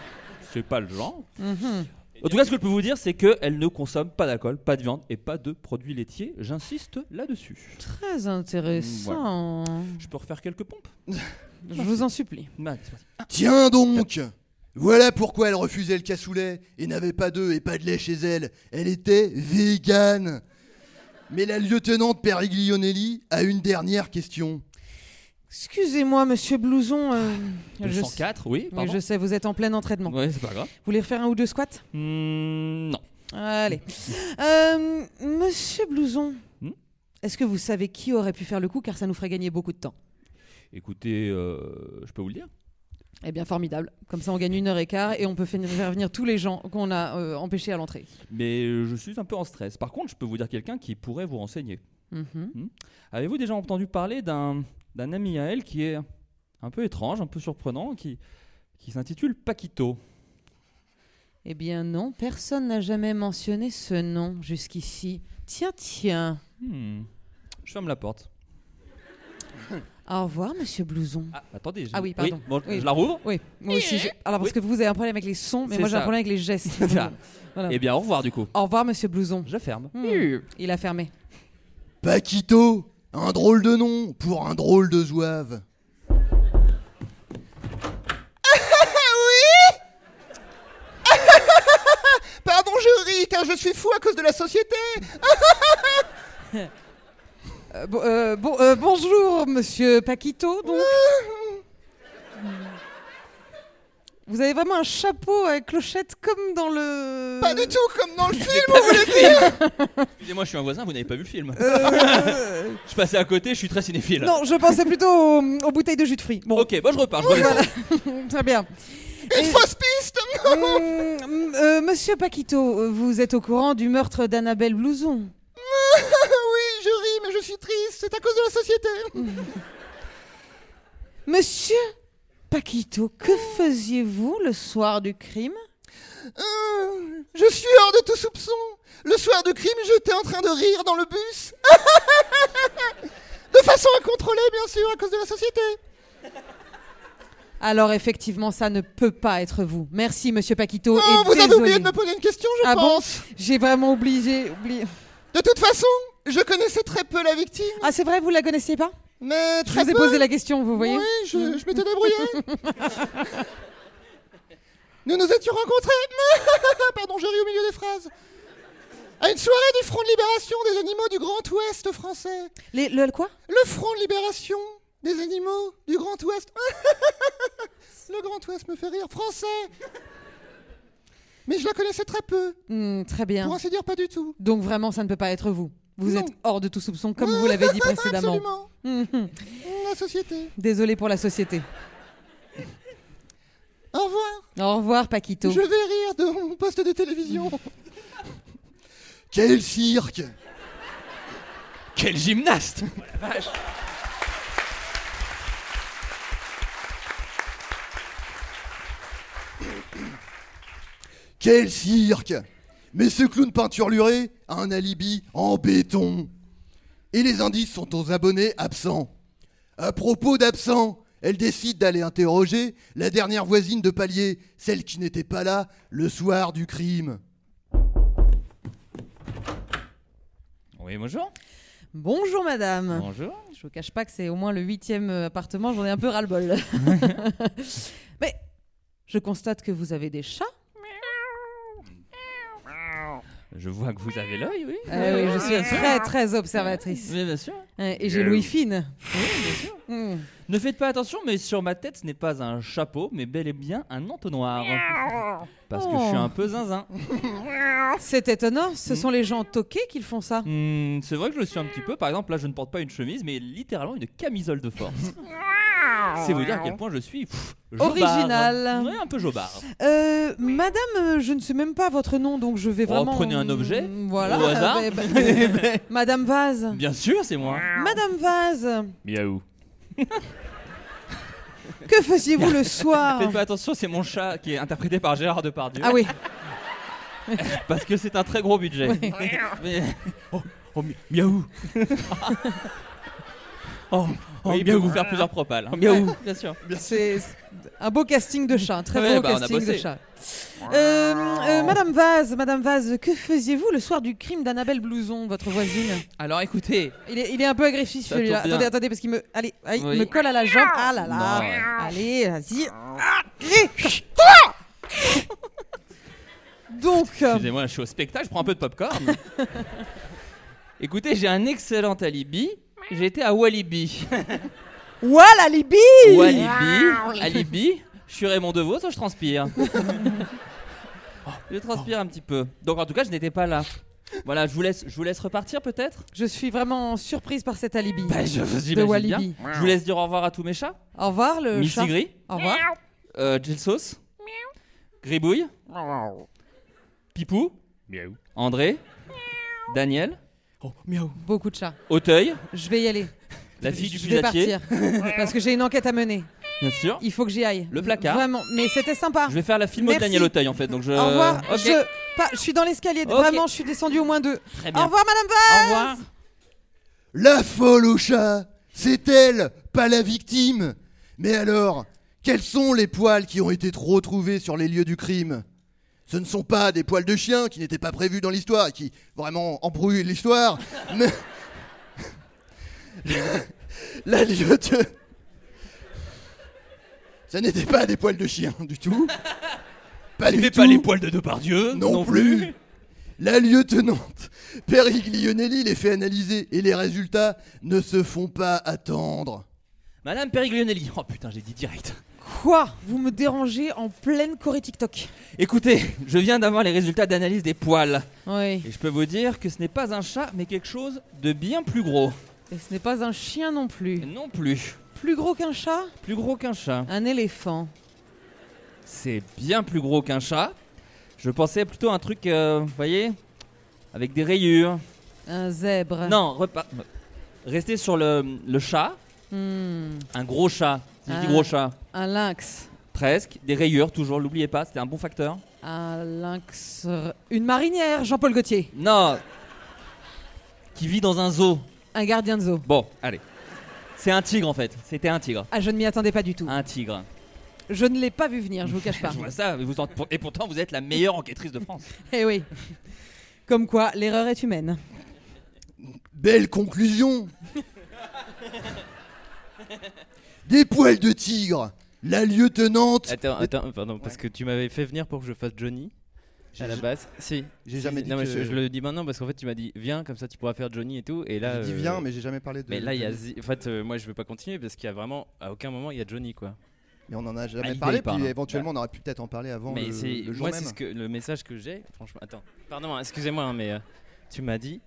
F: C'est pas le genre.
J: Mhm.
F: En tout cas, ce que je peux vous dire, c'est qu'elle ne consomme pas d'alcool, pas de viande et pas de produits laitiers. J'insiste là-dessus.
J: Très intéressant.
F: Je peux refaire quelques pompes
J: Je vous en supplie.
G: Tiens donc Voilà pourquoi elle refusait le cassoulet et n'avait pas d'œufs et pas de lait chez elle. Elle était végane. Mais la lieutenante Periglionelli a une dernière question.
J: Excusez-moi, monsieur Blouson. euh, je
F: 204, oui,
J: Mais
F: pardon.
J: je sais, vous êtes en plein entraînement.
F: Ouais, c'est pas grave. Mmh,
J: Vous voulez refaire un ou deux squats
F: Non.
J: Allez. Euh, monsieur Blouson,
F: Hmm
J: est-ce que vous savez qui aurait pu faire le coup car ça nous ferait gagner beaucoup de temps
F: Écoutez, euh, je peux vous le dire.
J: Eh bien, formidable. Comme ça, on gagne une heure et quart et on peut finir- faire venir tous les gens qu'on a euh, empêchés à l'entrée.
F: Mais je suis un peu en stress. Par contre, je peux vous dire quelqu'un qui pourrait vous renseigner.
J: Mhm.
F: Hmm Avez-vous déjà entendu parler d'un d'un ami à elle qui est un peu étrange, un peu surprenant, qui, qui s'intitule Paquito
J: Eh bien, non, personne n'a jamais mentionné ce nom jusqu'ici. Tiens, tiens.
F: Hmm. Je ferme la porte.
J: Au revoir, monsieur Blouson.
F: Ah, attendez. j'ai-
J: Ah oui, pardon.
F: bon,
J: Oui.
F: Je la rouvre
J: Oui, moi aussi. je- Alors, parce
F: Oui.
J: que vous avez un problème avec les sons, mais
F: C'est
J: moi j'ai un
F: ça.
J: problème avec les gestes. Voilà.
F: Eh bien, au revoir du coup.
J: Au revoir, monsieur Blouson.
F: Je ferme.
J: Hmm. Il a fermé.
G: Paquito Un drôle de nom pour un drôle de zouave.
L: oui Pardon, je ris car je suis fou à cause de la société.
J: Euh, bon- euh, bon- euh, bonjour, monsieur Paquito. Donc. Vous avez vraiment un chapeau à clochette comme dans le. Pas du tout comme dans le film,
F: pas vu le film Excusez-moi, je suis un voisin, vous n'avez pas vu le film.
J: Euh.
F: je passais à côté, je suis très cinéphile.
J: Non, je pensais plutôt aux, aux bouteilles de jus de fruits. Bon.
F: Ok, bah je repars, je redescends.
J: Très bien. Une fausse piste euh, Monsieur Paquito, euh, vous êtes au courant du meurtre d'Annabelle Blouson
L: oui, je ris, mais je suis triste. C'est à cause de la société.
J: Monsieur Paquito, que faisiez-vous le soir du crime
L: Hum, je suis hors de tout soupçon. Le soir du crime, j'étais en train de rire dans le bus. de façon incontrôlée, bien sûr, à cause de la société.
J: Alors effectivement, ça ne peut pas être vous. Merci, Monsieur Paquito.
L: Oh,
J: et
L: vous avez
J: désolé.
L: oublié de me poser une question, je
J: ah
L: pense.
J: bon J'ai vraiment oublié, oublié.
L: De toute façon, Je connaissais très peu la victime.
J: Ah, c'est vrai, vous la connaissiez pas
L: Mais
J: Je
L: très
J: vous ai
L: peu.
J: posé la question, vous voyez
L: Oui, je, je m'étais débrouillé. nous nous étions rencontrés. Pardon, j'ai ri au milieu des phrases. À une soirée du Front de Libération des animaux du Grand Ouest français.
J: Les- le quoi
L: Le Front de Libération des animaux du Grand Ouest. le Grand Ouest me fait rire. Français. Mais je la connaissais très peu.
J: Hmm, Très bien.
L: Pour ainsi dire, pas du tout.
J: Donc vraiment, ça ne peut pas être vous. Vous
L: Non.
J: êtes hors de tout soupçon, comme vous l'avez dit précédemment.
L: Absolument.
J: Mhm.
L: La société.
J: Désolé pour la société.
L: Au revoir.
J: Au revoir, Paquito.
L: Je vais rire de mon poste de télévision.
G: Quel cirque
H: Quel gymnaste
G: Quel cirque Mais ce clown peinturluré a un alibi en béton. Et les indices sont aux abonnés absents. À propos d'absents, elle décide d'aller interroger la dernière voisine de palier, celle qui n'était pas là le soir du crime.
H: Oui, bonjour.
J: Bonjour, madame.
H: Bonjour.
J: Je vous cache pas que c'est au moins le huitième euh, appartement, j'en ai un peu ras-le-bol. Mais je constate que vous avez des chats.
H: Je vois que vous avez l'œil, oui.
J: Ah oui, je suis très très observatrice.
F: Oui, bien sûr.
J: Ouais, Euh, Et
F: Eh
J: j'ai Louis Fine. Mm.
F: Ne faites pas attention, mais sur ma tête, ce n'est pas un chapeau, mais bel et bien un entonnoir. Parce que je
J: Oh.
F: suis un peu zinzin.
J: C'est étonnant, ce sont les gens toqués qui le font ça.
F: Hmm, c'est vrai que je le suis un petit peu. Par exemple, là, je ne porte pas une chemise, mais littéralement une camisole de force. C'est vous dire à quel point je suis pff, jobard.
J: Original.
F: Ouais, un peu jobard.
J: Euh, madame, euh, je ne sais même pas votre nom, donc je vais
F: Oh,
J: vraiment.
F: prenez un objet,
J: Mm, Voilà.
F: au hasard.
J: Euh, bah, bah, madame Vase.
F: Bien sûr, c'est moi.
J: Madame Vase,
H: Miaou.
J: que faisiez-vous le soir
F: Faites pas attention, c'est mon chat qui est interprété par Gérard Depardieu.
J: Ah oui.
F: Parce que c'est un très gros budget.
J: Ouais.
F: Mais- Oh, oh, mi- miaou. oh, oh,
H: Oui, il peut
F: miaou.
H: vous faire plusieurs propales. hein.
F: Miaou, bien sûr.
J: C'est un beau casting de chat, un très
F: Ouais,
J: beau
F: bah, on a
J: casting de
F: bossé.
J: chat. Euh, euh, Madame Vase, Madame Vase, que faisiez-vous le soir du crime d'Annabelle Blouson, votre voisine
F: Alors écoutez,
J: il est, il est un peu agressif
F: Ça
J: celui-là.
F: tombe bien.
J: Attendez, attendez, parce qu'il me, allez, aïe, il
F: Oui.
J: me colle à la jambe. Ah là là.
F: Non, ouais.
J: Allez, vas-y. Allez. Donc, euh,
F: Excusez-moi, je suis au spectacle, je prends un peu de popcorn. Écoutez, j'ai un excellent alibi. J'étais à Walibi.
J: voilà Libye.
F: Walibi, alibi. Je suis Raymond Devos, je transpire. Oh, je transpire un petit peu. Donc en tout cas, je n'étais pas là. Voilà, je vous laisse, je vous laisse repartir peut-être.
J: Je suis vraiment surprise par cet alibi
F: Bah, je vous
J: de
F: imagine
J: Walibi.
F: bien. Je vous laisse dire au revoir à tous mes chats.
J: Au revoir le chat.
F: Missy Gris,
J: Au revoir.
F: euh, Gelsos, Gribouille, Pipou,
H: Miaou.
F: André, Daniel,
J: Beaucoup de chats.
F: Auteuil,
J: Je vais y aller.
F: la fille du
J: je vais
F: puisatier.
J: partir parce que j'ai une enquête à mener.
F: Bien sûr.
J: Il faut que j'y aille.
F: Le placard.
J: Vraiment, mais c'était sympa.
F: Je vais faire la film de
J: Ah. Merci.
F: Daniel Auteuil en fait. Donc je...
J: Au revoir.
F: Ok.
J: Je, pas- je suis dans l'escalier.
F: Ok.
J: Vraiment, je suis descendu au moins deux.
F: Très bien.
J: Au revoir, Madame Vaz.
F: Au revoir.
G: La folle au chat, c'est elle, pas la victime. Mais alors, quels sont les poils qui ont été trop trouvés sur les lieux du crime Ce ne sont pas des poils de chien qui n'étaient pas prévus dans l'histoire et qui vraiment embrouillent l'histoire, mais la lieutenant. Ça n'était pas des poils de chien du tout. Pas du
H: C'était
G: tout.
H: pas les poils de Depardieu.
G: Non, plus. La lieutenante Periglionelli les fait analyser et les résultats ne se font pas attendre.
F: Madame Periglionelli. Oh putain, j'ai dit direct.
J: Quoi Vous me dérangez en pleine Corée TikTok.
F: Écoutez, je viens d'avoir les résultats d'analyse des poils.
J: Oui.
F: Et je peux vous dire que ce n'est pas un chat, mais quelque chose de bien plus gros.
J: Et ce n'est pas un chien non plus.
F: Non plus.
J: Plus gros qu'un chat
F: Plus gros qu'un chat.
J: Un éléphant.
F: C'est bien plus gros qu'un chat. Je pensais plutôt à un truc, euh, vous voyez, avec des rayures.
J: Un zèbre.
F: Non, repas. Restez sur le, le chat.
J: Hmm.
F: Un gros chat. Si je dis
J: Ah.
F: gros chat.
J: Un lynx.
F: Presque. Des rayures, toujours, l'oubliez pas, c'était un bon facteur.
J: Un lynx. Une marinière, Jean-Paul Gaultier.
F: Non Qui vit dans un zoo.
J: Un gardien de zoo.
F: Bon, allez. C'est un tigre en fait. C'était un tigre.
J: Ah, je ne m'y attendais pas du tout.
F: Un tigre.
J: Je ne l'ai pas vu venir, je vous cache pas.
F: Je vois ça. mais vous en- pour- Et pourtant, vous êtes la meilleure enquêtrice de France.
J: Eh oui. Comme quoi, l'erreur est humaine.
G: Belle conclusion Des poils de tigre La lieutenante
H: Attends, attends, pardon, parce que tu m'avais fait venir pour que je fasse Johnny. À la base, si.
G: J'ai
H: Si,
G: jamais
H: si.
G: dit
H: Non, mais
G: que-
H: je, je le dis maintenant parce qu'en fait, tu m'as dit viens, comme ça tu pourras faire Johnny et tout. Et là.
G: J'ai dit, viens, mais j'ai jamais parlé de-
H: euh, Mais là, il y a.
G: de-
H: zi- En fait, euh, moi, je veux pas continuer parce qu'il y a vraiment. À aucun moment, il y a Johnny, quoi.
G: Mais on en a
H: Ah,
G: jamais
H: l'idée,
G: parlé,
H: il parle,
G: puis
H: hein.
G: éventuellement on aurait pu peut-être en parler avant
H: mais
G: le,
H: c'est
G: le jour
H: moi
G: même.
H: c'est ce que le message que j'ai franchement attends pardon hein, excusez-moi hein, mais euh, tu m'as dit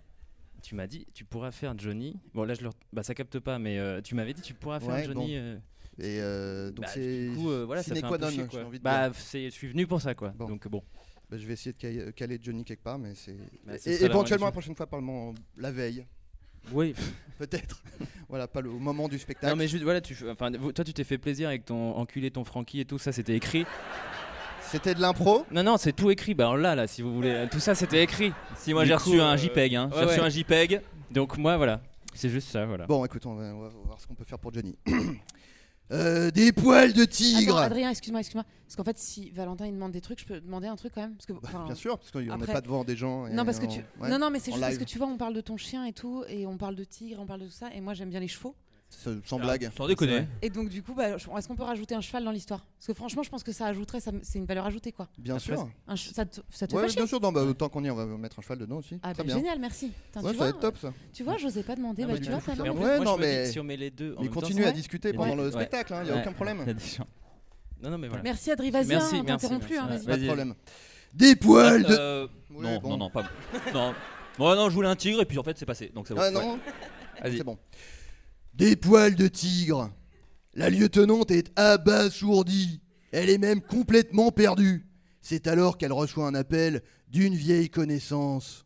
H: tu m'as dit tu pourras faire Johnny bon là je le re- bah ça capte pas mais euh, tu m'avais dit tu pourras faire
G: Ouais,
H: Johnny
G: bon.
H: euh,
G: Et euh, donc
H: bah,
G: c'est
H: du coup euh, voilà ça
G: sine
H: fait un
G: qua
H: peu
G: non,
H: chier,
G: j'ai
H: quoi.
G: envie de
H: bah
G: dire.
H: c'est- je suis venu pour ça quoi donc bon
G: Bah, je vais essayer de ca- caler Johnny quelque part, mais c'est.
H: Bah, ce
G: Et-
H: serait la
G: éventuellement
H: bonne
G: la prochaine fois, parlement la veille.
H: Oui.
G: Peut-être. voilà, pas le, au moment du spectacle.
H: non mais juste voilà tu enfin vous- toi tu t'es fait plaisir avec ton enculé ton Francky et tout ça c'était écrit
G: c'était de l'impro
H: non non c'est tout écrit bah on l'a là si vous voulez tout ça c'était écrit
F: Si, moi, j'ai reçu
G: euh,
F: un JPEG, hein. J'ai reçu un
H: JPEG donc moi voilà c'est juste ça voilà
G: Bon, écoute, on va, on va voir ce qu'on peut faire pour Johnny. Euh, des poils de tigre
J: Attends, Ah Adrien, excuse-moi, excuse-moi. Parce qu'en fait, si Valentin il demande des trucs, je peux demander un truc quand même. Parce que, enfin,
G: Bah, bien sûr, parce qu'on est
J: après-
G: pas devant des gens et
J: Non, parce que
G: on-
J: tu.
G: ouais,
J: non, non, mais c'est
G: en
J: juste parce
G: live.
J: que tu vois, on parle de ton chien et tout, et on parle de tigre, on parle de tout ça, et moi j'aime bien les chevaux.
G: Ça- Sans blague.
H: Ah, sans déconner. Ouais.
J: Et donc, du coup, bah, je- est-ce qu'on peut rajouter un cheval dans l'histoire Parce que franchement, je pense que ça ajouterait, ça me- c'est une valeur ajoutée, quoi.
G: Bien
J: Après,
G: sûr.
J: un che- ça te, ça te fait
G: Ouais,
J: pas
G: bien
J: chier
G: sûr, non, bah, tant qu'on y est, on va mettre un cheval dedans aussi.
J: Ah,
G: Très
J: bah,
G: bien.
J: génial, merci. Putain,
G: Ouais,
J: tu
G: ça va
J: vois,
G: être top ça.
J: Tu vois, j'osais pas demander.
G: Ah,
J: bah,
G: bah,
J: tu
G: tu
J: vois,
G: peux
J: t'as
G: le faire.
J: marre.
G: Ouais, non, mais-
H: si on met les deux en
G: Mais
H: même temps,
G: continue
H: ça-
G: à discuter
H: Ouais.
G: pendant le
H: Ouais.
G: spectacle, hein, y a
H: Ouais.
G: aucun problème.
H: Il y a des gens. Non, non, mais voilà.
J: Merci, Adri, vas-y, hein, on t'interrompt plus, hein, vas-y.
G: Pas de problème.
F: Des
G: poils de- Oui,
F: Euh, non,
G: bon.
F: non, non, pas. non. Ouais, non, je voulais un tigre et puis en fait c'est passé. Donc c'est bon.
G: Ah non
F: ouais.
G: C'est bon. Des poils de tigre. La lieutenante est abasourdie. Elle est même complètement perdue. C'est alors qu'elle reçoit un appel d'une vieille connaissance.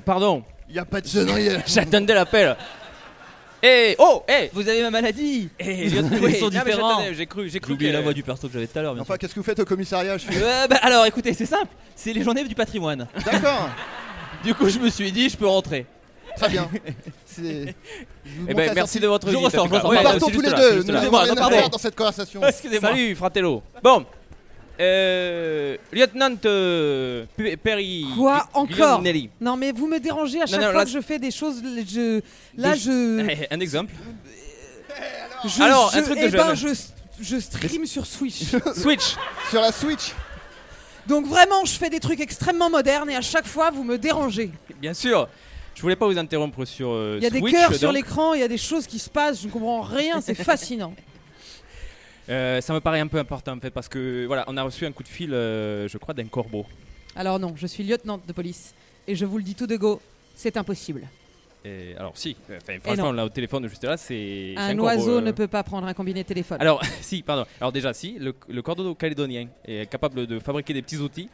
H: pardon.
G: Y a pas de sonnerie.
H: J'attendais l'appel. Eh, oh, eh, vous avez ma maladie. Eh,
F: Les autres,
H: oui,
F: ils sont
H: non, mais
F: différents.
H: j'attendais, J'ai cru, j'ai
F: J'ai
H: cru.
F: oublié
H: que-
F: la voix du perso que j'avais tout à l'heure. bien
G: Enfin, qu'est-ce que vous faites au commissariat je suis-
F: sûr. Ouais, bah, alors écoutez, c'est simple. C'est les journées du patrimoine.
G: D'accord.
F: du coup, je me suis dit, je peux rentrer.
G: Très bien. C'est- Je vous
F: Eh
G: montre
F: ben,
G: la
F: merci
G: sortie.
F: de votre
G: Je
F: visite,
G: ressors,
F: en
G: je
F: tout cas.
G: ressors.
F: Ouais,
G: Nous
F: ouais,
G: partons
F: c'est
G: tous les
F: juste
G: deux.
F: là, c'est
G: Nous
F: là.
G: n'avons rien à
F: Pardon.
G: faire dans cette conversation.
H: Excusez-moi. Salut, fratello. Bon, euh, lieutenant euh, P- Perry.
J: Quoi
H: Gli-
J: encore
H: Glianelli.
J: Non mais vous me dérangez à chaque
H: non,
J: fois
H: là,
J: que je fais des choses. Je là
H: De-
J: je.
H: Eh, Un exemple.
J: je-
H: Alors,
J: je-
H: un truc de
J: eh ben, je,
H: jeune.
J: je stream sur Switch.
H: Switch.
G: Sur la Switch.
J: Donc vraiment, je fais des trucs extrêmement modernes et à chaque fois vous me dérangez.
H: Bien sûr. Je voulais pas vous interrompre sur. euh,
J: Il y a des
H: Switch,
J: cœurs sur
H: donc.
J: l'écran, il y a des choses qui se passent, je ne comprends rien, c'est fascinant.
H: Euh, ça me paraît un peu important en fait parce que voilà, on a reçu un coup de fil, euh, je crois, d'un corbeau.
J: Alors non, je suis lieutenant de police et je vous le dis tout de go, c'est impossible.
H: Et alors si, enfin, franchement
J: Eh non.
H: là au téléphone juste là c'est c'est
J: Un
H: corbeau,
J: oiseau
H: euh.
J: ne peut pas prendre un combiné téléphone.
H: Alors si, pardon. Alors déjà si, le, le cordeau calédonien est capable de fabriquer des petits outils,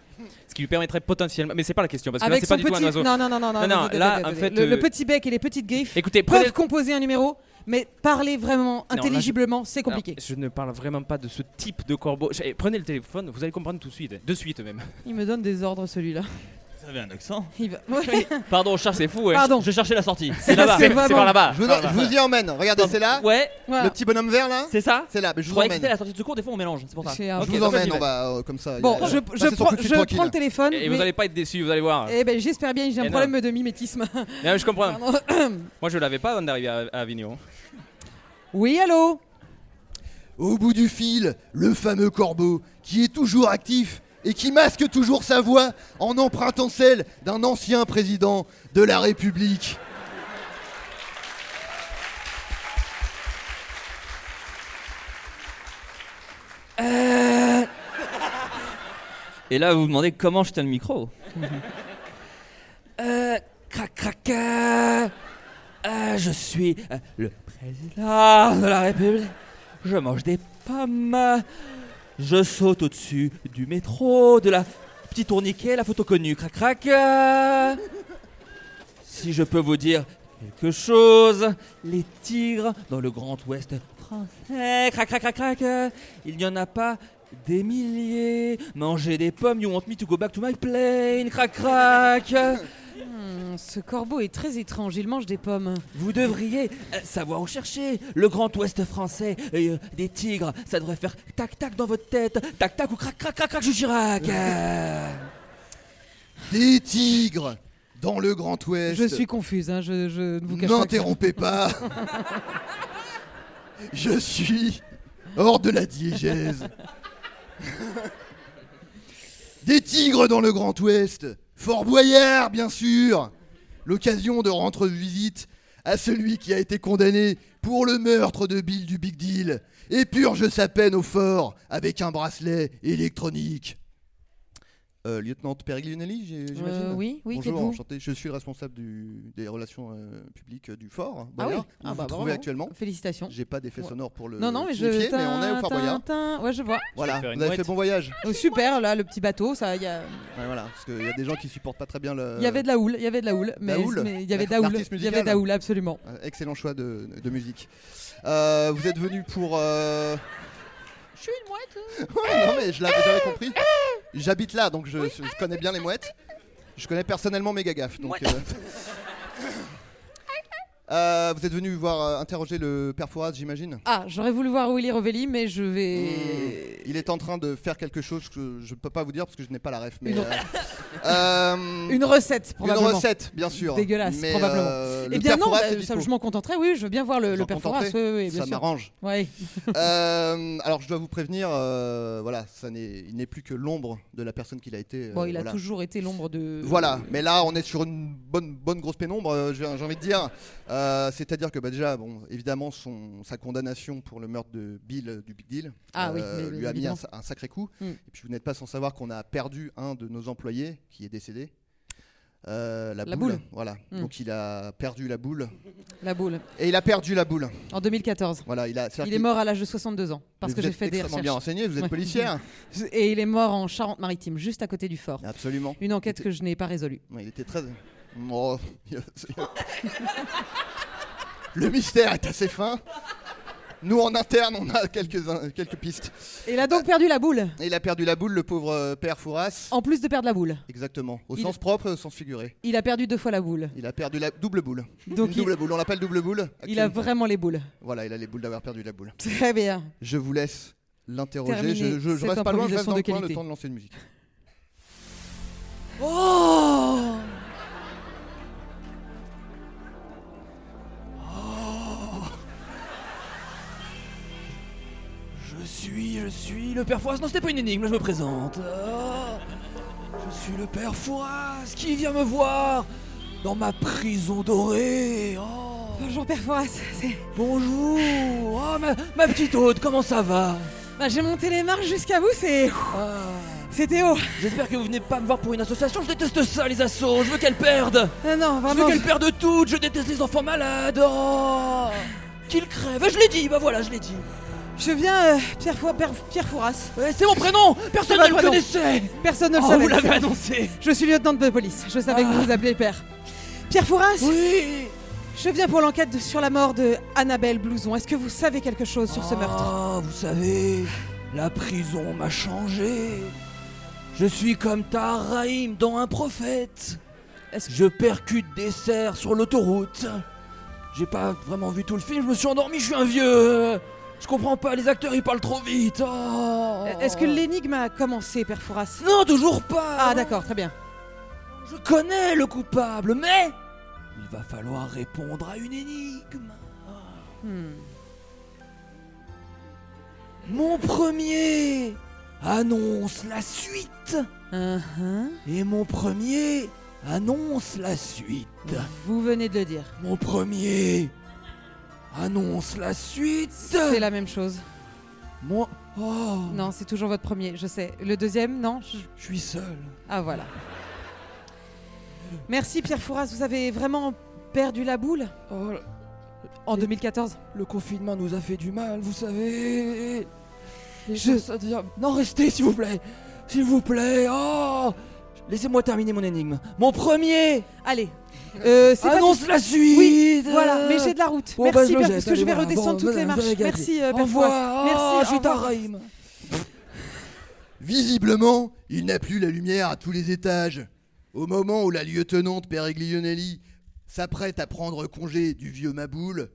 H: ce qui lui permettrait potentiellement. Mais c'est pas la question parce que là
J: Avec
H: c'est pas
J: son
H: du
J: petit-
H: tout un oiseau.
J: Non, non, non, non, non, attendez,
H: là
J: attendez,
H: en fait,
J: attendez. le, le
H: euh,
J: petit bec et les petites griffes
H: Écoutez,
J: peuvent
H: prenez-
J: composer un numéro, mais parler vraiment
H: non, là, je-
J: intelligiblement, c'est compliqué.
H: Alors, je ne parle vraiment pas de ce type de corbeau. Je- Prenez le téléphone, vous allez comprendre tout de suite, de suite même.
J: Il me donne des ordres celui-là.
F: Vous avez un accent.
J: Il va-
F: Oui. Pardon, je cherche.
H: C'est fou. Ouais.
J: Pardon.
F: Je cherchais la sortie.
J: C'est
F: C'est là-bas.
J: parce que vraiment-
F: par là-bas.
G: Je vous,
F: Par là-bas.
G: je vous y emmène. Regardez, c'est là.
F: Ouais.
G: Le petit bonhomme vert là.
F: C'est ça.
G: C'est là. mais Je
F: Je
G: vous
F: croyais que
G: emmène.
F: c'était la sortie de secours. Des fois, on mélange. C'est pour ça.
J: C'est un-
F: Ok,
G: Je vous
F: donc, j'y
G: emmène.
F: vais.
G: On va euh, comme ça.
J: Bon,
G: il y a-
J: je,
G: passez
J: je
G: son
J: prends,
G: coup de fil
J: je
G: tranquille.
J: prends le téléphone.
H: Et
J: mais-
H: vous allez pas être déçus, vous allez voir.
J: Eh ben, j'espère bien, j'ai un
H: Eh non.
J: problème de mimétisme.
H: Non, mais je comprends.
J: Pardon.
H: Moi, je l'avais pas avant d'arriver à, à Avignon.
J: Oui, allô
G: Au bout du fil, le fameux corbeau, qui est toujours actif et qui masque toujours sa voix en empruntant celle d'un ancien président de la République.
F: Et là, vous vous demandez comment je tiens le micro.
M: Euh, crac crac. euh, euh, je suis euh, le
F: Là, de la République, je mange des pommes. Je saute au-dessus du métro, de la petite tourniquet, la photo connue, crac crac. euh. Si je peux vous dire quelque chose, les tigres dans le Grand Ouest français, crac crac crac crac, euh, il n'y en a pas des milliers. Manger des pommes, you want me to go back to my plane, crac crac.
J: Hmm, Ce corbeau est très étrange, il mange des pommes.
F: Vous devriez euh, savoir où chercher le Grand Ouest français et euh, des tigres. Ça devrait faire tac tac dans votre tête, tac tac ou crac crac crac crac je Chirac. Euh,
G: des tigres dans le Grand Ouest.
J: Je suis confuse, hein, je, je ne vous cache pas.
G: N'interrompez pas. Je suis hors de la diégèse. Des tigres dans le Grand Ouest. Fort Boyard, bien sûr. L'occasion de rendre visite à celui qui a été condamné pour le meurtre de Bill du Big Deal et purge sa peine au fort avec un bracelet électronique. Euh, lieutenant Periglionelli, j'ai- j'imagine
J: Euh, oui, oui,
G: Bonjour,
J: qu'êtes-vous
G: enchanté. Je suis le responsable du- des relations euh, publiques euh, du fort.
J: Ah oui.
G: Boyard.
J: Ah
G: Vous
J: bah
G: vous trouvez
J: bravo.
G: actuellement.
J: Félicitations.
G: J'ai pas d'effet sonore pour le.
J: Non, non, mais je.
G: signifier, mais on est au
J: tin,
G: Fort Boyard.
J: tin, tin. Ouais, je vois.
G: Voilà, vous avez fait bon voyage.
J: Oh, super, là, le petit bateau, ça, il y, a-
G: Ouais, voilà, parce qu'il y a des gens qui supportent pas très bien le.
J: il y avait de la houle, il y avait de la houle, mais
G: houle
J: mais il y avait de la houle,
G: L'artiste
J: il y
G: musical.
J: avait de la houle, absolument.
G: Euh, Excellent choix de, de musique. Euh, vous êtes venu pour. euh,
J: Je suis une mouette. hein.
G: Ouais, non, mais je l'avais j'avais compris. J'habite là, donc je, je connais bien les mouettes. Je connais personnellement mes gaffe. Donc, euh, euh, vous êtes venu voir euh, interroger le père Fouras, j'imagine
J: Ah, j'aurais voulu voir Willy Revelli, mais je vais.
G: Il est en train de faire quelque chose que je ne peux pas vous dire parce que je n'ai pas la ref. Mais
J: Une-
G: euh, euh,
J: Une recette,
G: Une
J: probablement.
G: recette, bien sûr.
J: Dégueulasse,
G: Mais,
J: probablement.
G: euh,
J: eh
G: le
J: bien,
G: père
J: non,
G: Fouras
J: bah,
G: est
J: ça,
G: dispo.
J: je m'en contenterai, oui, je veux bien voir le, le perforas. Oui,
G: contentez
J: oui, bien
G: Ça
J: sûr.
G: m'arrange.
J: Ouais.
G: Euh, alors, je dois vous prévenir, euh, voilà, ça n'est, il n'est plus que l'ombre de la personne qu'il a été. euh,
J: Bon, il a
G: voilà.
J: toujours euh, été l'ombre de.
G: Voilà, mais là on est sur une bonne, bonne grosse pénombre, euh, j'ai j'ai envie de dire. Euh, C'est-à-dire que bah, déjà, bon, évidemment, son, sa condamnation pour le meurtre de Bill euh, du Big Deal euh,
J: Ah oui, mais-
G: lui
J: mais
G: a mis un,
J: évidemment.
G: sa- un sacré coup.
J: Mm.
G: Et puis vous n'êtes pas sans savoir qu'on a perdu un de nos employés qui est décédé. Euh, la,
J: La boule.
G: Voilà,
J: Mm.
G: donc il a perdu la boule.
J: La boule.
G: Et il a perdu la boule.
J: En 2014.
G: Voilà, il a.
J: Il est mort à l'âge de 62 ans, parce
G: Vous
J: que j'ai
G: êtes
J: fait des
G: extrêmement
J: recherches.
G: bien renseigné, vous êtes policière.
J: Et il est mort en Charente-Maritime, juste à côté du fort.
G: Absolument.
J: Une enquête que je n'ai pas résolue.
G: Ouais, il était très. Oh, Le mystère est assez fin. Nous en interne, on a quelques, quelques pistes.
J: Et il a
G: bah.
J: donc perdu la boule,
G: Et il a perdu la boule, le pauvre euh, père Fouras.
J: en plus de perdre la boule.
G: Exactement. Au
J: Il-
G: sens propre et au sens figuré.
J: Il a perdu deux fois la boule.
G: Il a perdu la double boule.
J: Donc
G: Une
J: il-
G: double boule, on l'appelle double boule.
J: Il a vraiment les boules.
G: Voilà, il a les boules d'avoir perdu la boule.
J: Très bien.
G: Je vous laisse l'interroger.
J: Terminé
G: Je, je- je
J: cette
G: reste pas loin, je reste
J: improvisation
G: dans
J: de
G: le coin, le
J: qualité.
G: temps de lancer une musique.
J: Oh
M: Je suis, je suis le père Fouras. Non, c'était pas une énigme, là, je me présente. Ah, je suis le père Fouras qui vient me voir dans ma prison dorée. Oh,
J: Bonjour père Fouras.
M: Bonjour. Oh, ma, ma petite hôte, comment ça va
J: Bah, j'ai monté les marches jusqu'à vous, c'est.
G: Ah.
J: C'était haut.
M: J'espère que vous venez pas me voir pour une association. Je déteste ça, les assos. Je veux qu'elles perdent.
J: Non,
M: Je
J: non,
M: veux
J: vraiment.
M: qu'elles perdent toutes. Je déteste les enfants malades. Oh, qu'ils crèvent. Je l'ai dit. Bah voilà, je l'ai dit.
J: Je viens, euh, Pierre, Fou- Pierre, Pierre Fouras.
M: Ouais, c'est mon prénom. Personne
J: C'est
M: ne le
J: votre prénom.
M: connaissait.
J: Personne ne le
M: Oh,
J: savait.
M: vous l'avez
J: c'est-
M: annoncé. Ah.
J: Je suis lieutenant de police. Je savais que vous vous appeliez Pierre. Pierre Fouras
M: Oui
J: Je viens pour l'enquête de- sur la mort de Annabelle Blouson. Est-ce que vous savez quelque chose sur ce meurtre
M: Ah, vous savez, la prison m'a changé. Je suis comme Taharaim dans un prophète. Je percute des cerfs sur l'autoroute. J'ai pas vraiment vu tout le film, je me suis endormi, je suis un vieux. Je comprends pas, les acteurs ils parlent trop vite. Oh.
J: Euh, Est-ce que l'énigme a commencé, Père Fouras
M: Non, toujours pas.
J: Ah, d'accord, très bien.
M: Je connais le coupable, mais il va falloir répondre à une énigme.
J: Hmm.
M: Mon premier annonce la suite.
J: Uh-huh.
M: Et mon premier annonce la suite.
J: Vous venez de le dire.
M: Mon premier annonce la suite.
J: C'est la même chose.
M: Moi. Oh.
J: Non, c'est toujours votre premier, je sais. Le deuxième, non Je
M: je suis seul.
J: Ah, voilà. Merci, Pierre Fouras. Vous avez vraiment perdu la boule
M: Oh,
J: En 2014
M: le confinement nous a fait du mal, vous savez. Les
J: Je-
M: gens, ça devient- Non, restez, s'il vous plaît. S'il vous plaît. Oh. Laissez-moi terminer mon énigme. Mon premier
J: Allez. Euh, c'est pas
M: annonce
J: tout-
M: la suite.
J: Oui, voilà, mais j'ai de la route.
M: Bon, bah,
J: Merci,
M: je le
J: Pierre,
M: jette,
J: parce que
M: allez,
J: je vais
M: voilà.
J: redescendre
M: Bon,
J: toutes
M: vous
J: les
M: avez
J: marches.
M: gagné.
J: Merci, euh,
M: Au
J: Père
M: revoir.
J: Fouras.
M: Oh,
J: Merci,
M: je suis
J: au revoir.
M: Taharaim.
G: Visiblement, il n'a plus la lumière à tous les étages. Au moment où la lieutenante Periglionelli s'apprête à prendre congé du vieux Maboule,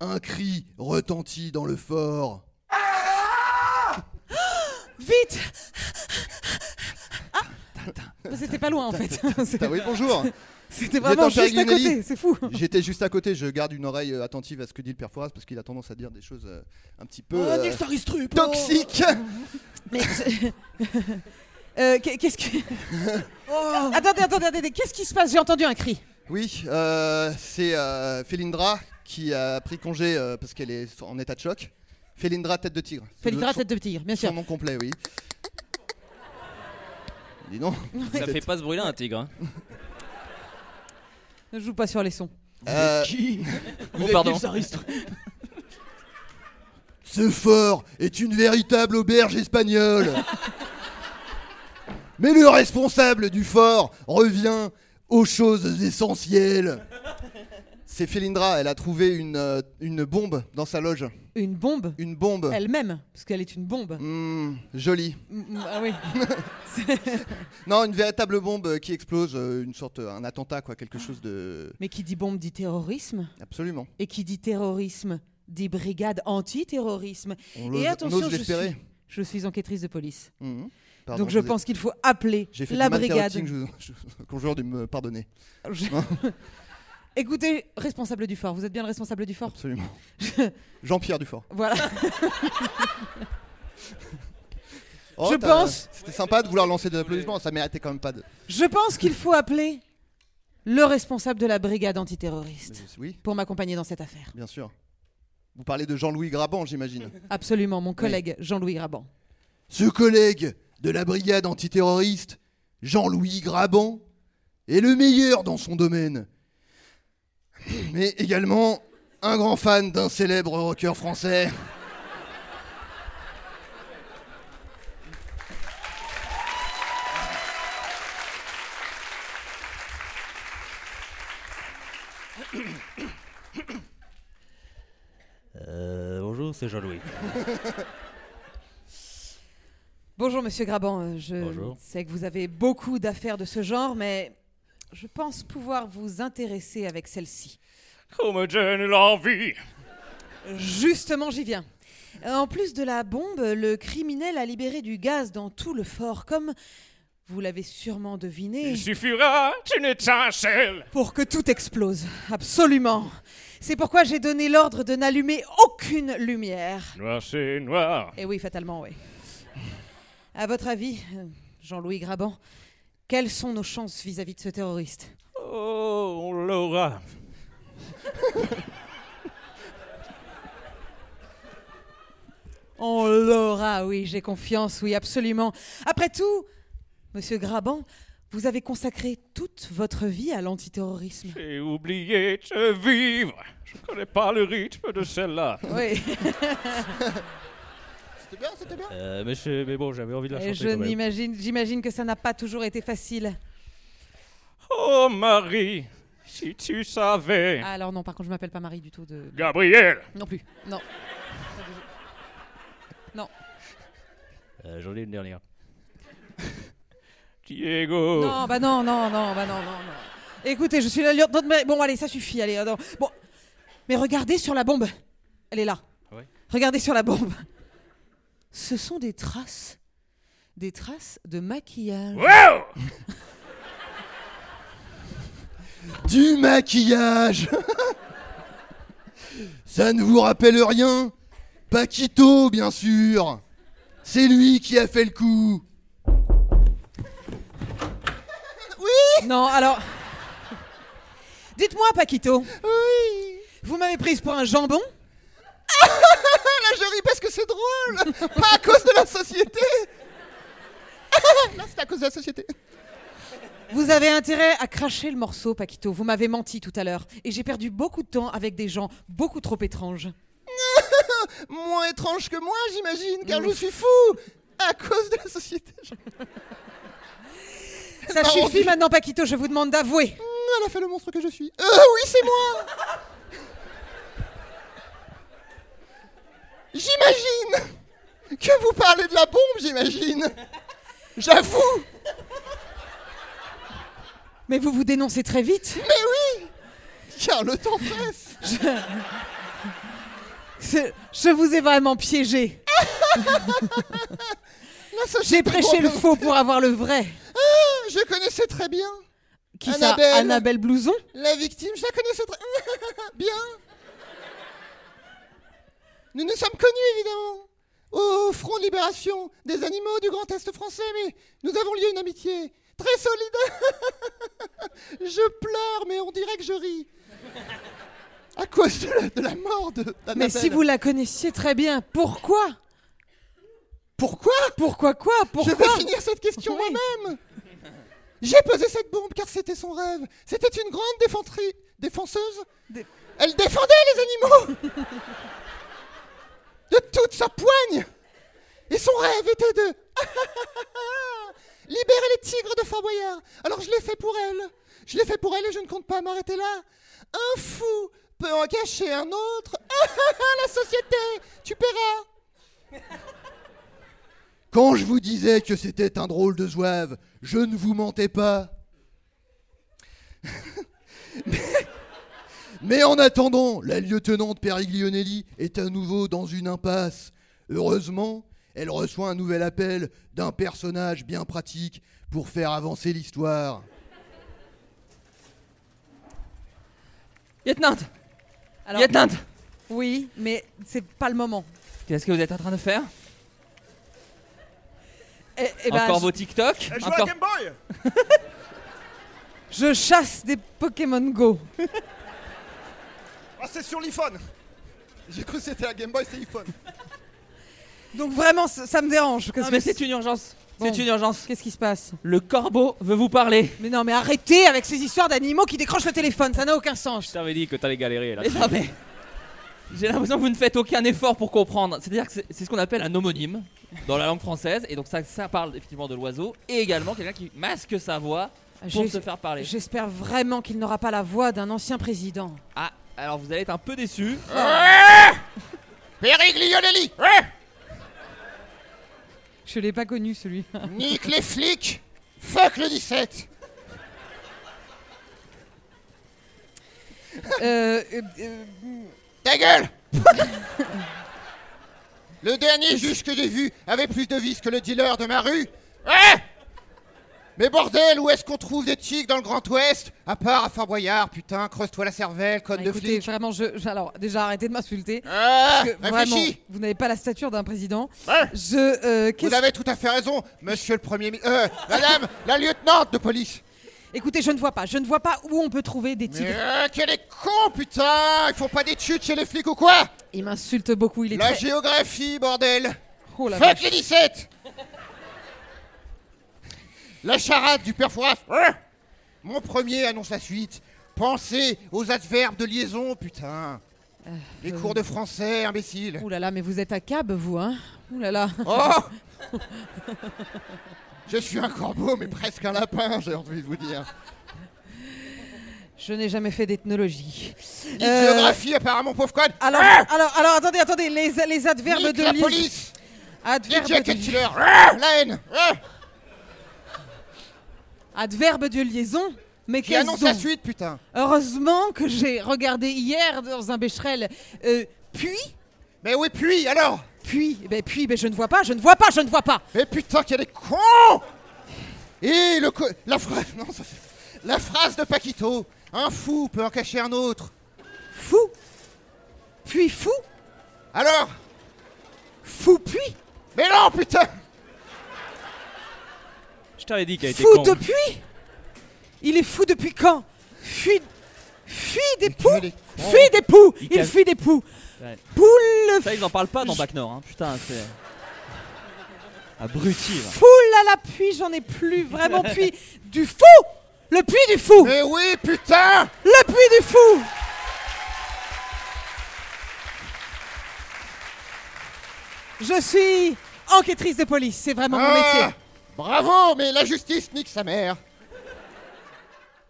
G: un cri retentit dans le fort.
J: Vite Bah, C'était pas loin en fait.
G: Ah oui, bonjour.
J: C'était
G: Vous êtes en
J: vraiment juste à
G: Périguenelli
J: côté, c'est fou.
G: J'étais juste à côté, je garde une oreille euh, attentive à ce que dit le père Fouras parce qu'il a tendance à dire des choses euh, un petit peu.
J: Oh,
G: euh,
J: Nick Saristrup, oh.
G: Toxiques
J: Mais Euh, qu'est- qu'est-ce que. Oh. Attendez, attendez, attendez, qu'est-ce qui se passe J'ai entendu un cri.
G: Oui, euh, c'est euh, Felindra qui a pris congé euh, parce qu'elle est en état de choc. Felindra tête de tigre. C'est
J: Felindra,
G: le- son-
J: tête de tigre, bien sûr.
G: Son nom complet, oui. Dis non.
H: Ça fait pas ce bruit-là, un tigre. hein.
J: Ne joue pas sur les sons.
G: Euh,
H: Oh, pardon.
G: Ce fort est une véritable auberge espagnole. Mais le responsable du fort revient aux choses essentielles. C'est Felindra, elle a trouvé une, euh, une bombe dans sa loge.
J: Une bombe
G: Une bombe.
M: Ah.
G: Hmm,
J: Elle-même, parce qu'elle est une bombe.
G: Jolie.
J: Mm, mm, Ah oui.
G: Non, une véritable bombe qui explose, euh, une sorte, un attentat, quoi, quelque chose de.
J: Mais qui dit bombe dit terrorisme.
G: Absolument.
J: Et qui dit terrorisme dit brigade antiterrorisme.
G: On l'ose-
J: Et
G: on
J: attention,
G: ose
J: je
G: l'espérer. Hmm,
J: suis, je suis enquêtrice de police.
G: Pardon,
J: Donc je
G: vous ai-
J: pense qu'il faut appeler
G: J'ai fait
J: la
G: du mal
J: brigade.
G: carotting, Je vous je vous conjure de me pardonner.
J: Écoutez, responsable du fort, vous êtes bien le responsable du fort
G: Absolument. Jean-Pierre Dufort.
J: Voilà.
G: Oh,
J: Je
G: t'as-
J: pense-
G: C'était sympa de vouloir lancer des applaudissements, ça méritait quand même pas de.
J: Je pense qu'il faut appeler le responsable de la brigade antiterroriste
G: Oui,
J: pour m'accompagner dans cette affaire.
G: bien sûr. Vous parlez de Jean-Louis Graban, j'imagine.
J: Absolument, mon collègue Jean-Louis Graban.
G: Ce collègue de la brigade antiterroriste, Jean-Louis Graban, est le meilleur dans son domaine. Mais également un grand fan d'un célèbre rocker français.
B: Euh, bonjour, c'est Jean-Louis.
J: Bonjour Monsieur Graban, Euh, je
B: Bonjour.
J: sais que vous avez beaucoup d'affaires de ce genre, mais je pense pouvoir vous intéresser avec celle-ci.
B: Come donne l'envie
J: Justement, j'y viens. Euh, En plus de la bombe, le criminel a libéré du gaz dans tout le fort, comme vous l'avez sûrement deviné.
B: Il suffira d'une étincelle
J: Pour que tout explose, absolument. C'est pourquoi j'ai donné l'ordre de n'allumer aucune lumière.
B: Noir, c'est noir.
J: Et oui, fatalement, oui. À votre avis, euh, Jean-Louis Graban, quelles sont nos chances vis-à-vis de ce terroriste
B: Oh, on l'aura.
J: On Oh, l'aura, oui, j'ai confiance, oui, absolument. Après tout, monsieur Graban, vous avez consacré toute votre vie à l'antiterrorisme.
B: J'ai oublié de vivre. Je connais pas le rythme de celle-là.
J: Oui.
G: C'était bien, c'était bien.
B: Euh, mais, je- mais bon, j'avais envie de la
J: Et
B: chanter
J: je
B: quand même.
J: n'imagine, j'imagine que ça n'a pas toujours été facile.
B: Oh, Marie, si tu savais.
J: Ah, alors non, par contre, je m'appelle pas Marie du tout de.
B: Gabriel
J: Non plus. Non. Non.
B: Euh, J'en ai une dernière.
F: Oh.
B: Diego
J: Non, bah non, non, non, bah non, non, non. Écoutez, je suis la lieutenant. mais Bon, allez, ça suffit, allez. attends. Bon, mais regardez sur la bombe. Elle est là.
B: Ouais.
J: Regardez sur la bombe. Ce sont des traces, des traces de maquillage.
G: Du maquillage Ça ne vous rappelle rien Paquito, bien sûr C'est lui qui a fait le coup
J: Oui. Non, alors. Dites-moi, Paquito. Oui. Vous m'avez prise pour un jambon
L: Là, je ris parce que c'est drôle Pas à cause de la société Là, c'est à cause de la société.
J: Vous avez intérêt à cracher le morceau, Paquito. Vous m'avez menti tout à l'heure. Et j'ai perdu beaucoup de temps avec des gens beaucoup trop étranges.
L: Moins étrange que moi, j'imagine, car je suis fou À cause de la société.
J: Ça
L: Bah, on
J: suffit
L: dit-
J: maintenant, Paquito. Je vous demande d'avouer.
L: Elle a fait le monstre que je suis. Euh, oui, c'est moi J'imagine que vous parlez de la bombe, j'imagine J'avoue
J: Mais vous vous dénoncez très vite.
L: Mais oui Car le temps presse
J: C'est- Je vous ai vraiment piégé.
L: La société
J: J'ai prêché le
L: grandiose.
J: faux pour avoir le vrai.
L: Ah, Je connaissais très bien.
J: Qui ça, Annabelle Blouson
L: La victime, je la connaissais très bien. Nous nous sommes connus, évidemment, au Front de Libération des animaux du Grand Est français, mais nous avons lié une amitié très solide. je pleure, mais on dirait que je ris. À cause de la, de la mort de d'Annabelle.
J: Mais si vous la connaissiez très bien, pourquoi
L: Pourquoi
J: Pourquoi quoi Pourquoi
L: Je vais finir cette question
J: Oui.
L: moi-même. J'ai posé cette bombe car c'était son rêve. C'était une grande défenserie- défenseuse. Elle défendait les animaux de toute sa poigne. Et son rêve était de libérer les tigres de Fort Boyard. Alors je l'ai fait pour elle. Je l'ai fait pour elle et je ne compte pas m'arrêter là. Un fou peut en cacher un autre. La société, tu paieras.
G: Quand je vous disais que c'était un drôle de zouave, je ne vous mentais pas. mais, mais en attendant, la lieutenante Periglionelli est à nouveau dans une impasse. Heureusement, elle reçoit un nouvel appel d'un personnage bien pratique pour faire avancer l'histoire.
F: Lieutenant
J: Alors-
F: Lieutenant
J: Oui, mais c'est pas le moment.
F: Qu'est-ce que vous êtes en train de faire
J: Eh- eh ben,
F: Encore
J: je-
F: vos TikTok
J: Elle joue à la
F: Encore...
J: Game Je chasse des Pokémon Go.
L: Ah, c'est sur l'iPhone. J'ai cru que c'était la Game Boy, c'est l'iPhone.
J: Donc vraiment, ça, ça me dérange.
F: Non, mais c'est une urgence. C'est une urgence.
J: Qu'est-ce qui se passe
F: Le corbeau veut vous parler.
J: Mais non, mais arrêtez avec ces histoires d'animaux qui décrochent le téléphone, ça n'a aucun sens.
H: Je t'avais dit que t'allais galérer là.
F: Mais non, mais j'ai l'impression que vous ne faites aucun effort pour comprendre. C'est-à-dire que c'est- c'est ce qu'on appelle un homonyme dans la langue française, et donc ça, ça parle effectivement de l'oiseau, et également quelqu'un qui masque sa voix pour
J: J'ai-
F: se faire parler.
J: J'espère vraiment qu'il n'aura pas la voix d'un ancien président.
F: Ah, alors vous allez être un peu déçu.
L: Periglionelli
J: Je l'ai pas connu celui.
L: Nique les flics Fuck le 17
J: Euh,
L: Ah, Ta gueule Le dernier juge que j'ai vu avait plus de vis que le dealer de ma rue Hein Mais bordel, où est-ce qu'on trouve des tigres dans le Grand Ouest À part à Fort Boyard, putain, creuse-toi la cervelle, conne
J: Ah,
L: de
J: écoutez,
L: flic
J: vraiment, je, je- alors déjà arrêtez de m'insulter.
L: Ah,
J: parce que
L: réfléchis.
J: vraiment, vous n'avez pas la stature d'un président.
L: Hein
J: Je, euh, qu'est-ce-
L: Vous avez tout à fait raison, monsieur le premier ministre... Euh, madame, la lieutenante de police
J: Écoutez, je ne vois pas, je ne vois pas où on peut trouver des tigres.
L: Mais euh, quel est con, putain Ils font pas des chutes chez les flics ou quoi
J: Il m'insulte beaucoup, il est
L: La
J: très-
L: géographie, bordel
J: Oh la
L: Fuck
J: vache.
L: les 17 La charade du perforas Mon premier annonce la suite. Pensez aux adverbes de liaison, putain Les
J: euh, Oh,
L: cours de français, imbécile
J: Ouh là là, mais vous êtes à cab, vous, hein Ouh là là.
L: Oh Je suis un corbeau, mais presque un lapin, j'ai envie de vous dire.
J: Je n'ai jamais fait d'ethnologie.
L: Ni
J: Euh,
L: géographie, apparemment, pauvre con
J: Alors,
L: Ah
J: alors, alors, attendez, attendez, les, les adverbes
L: Nique
J: de
L: la
J: lis-
L: police
J: Adverbes
L: Jack
J: de... Hein
L: and Killer Ah La haine Ah
J: Adverbes de liaison Mais
L: Qui
J: qu'est-ce
L: annonce la
J: donc
L: suite, putain
J: Heureusement que j'ai regardé hier dans un Becherel. euh, puis
L: Mais oui, puis, alors
J: Puis eh ben, Puis, ben, je ne vois pas, je ne vois pas, je ne vois pas
L: Mais putain, quel est con Et le co- la phrase non, ça fait- la phrase de Paquito. Un fou peut en cacher un autre.
J: Fou Puis fou
L: Alors
J: Fou puis
L: Mais non, putain.
H: Je t'avais dit qu'elle était
J: Fou
H: con.
J: depuis Il est fou depuis quand Fuit Fuit des poux
F: con.
J: Fuit des poux
F: Il
J: Il
F: casse-
J: fuit des poux
F: Ouais.
J: Poule
F: Ça, ils en parlent pas dans Bac Nord, hein. putain, c'est. Abruti, là.
J: Poule à la pluie, j'en ai plus vraiment puis du fou Le puits du fou
L: Mais oui, putain
J: Le puits du fou Je suis enquêtrice de police, c'est vraiment mon
L: Ah,
J: métier.
L: Bravo, mais la justice nique sa mère.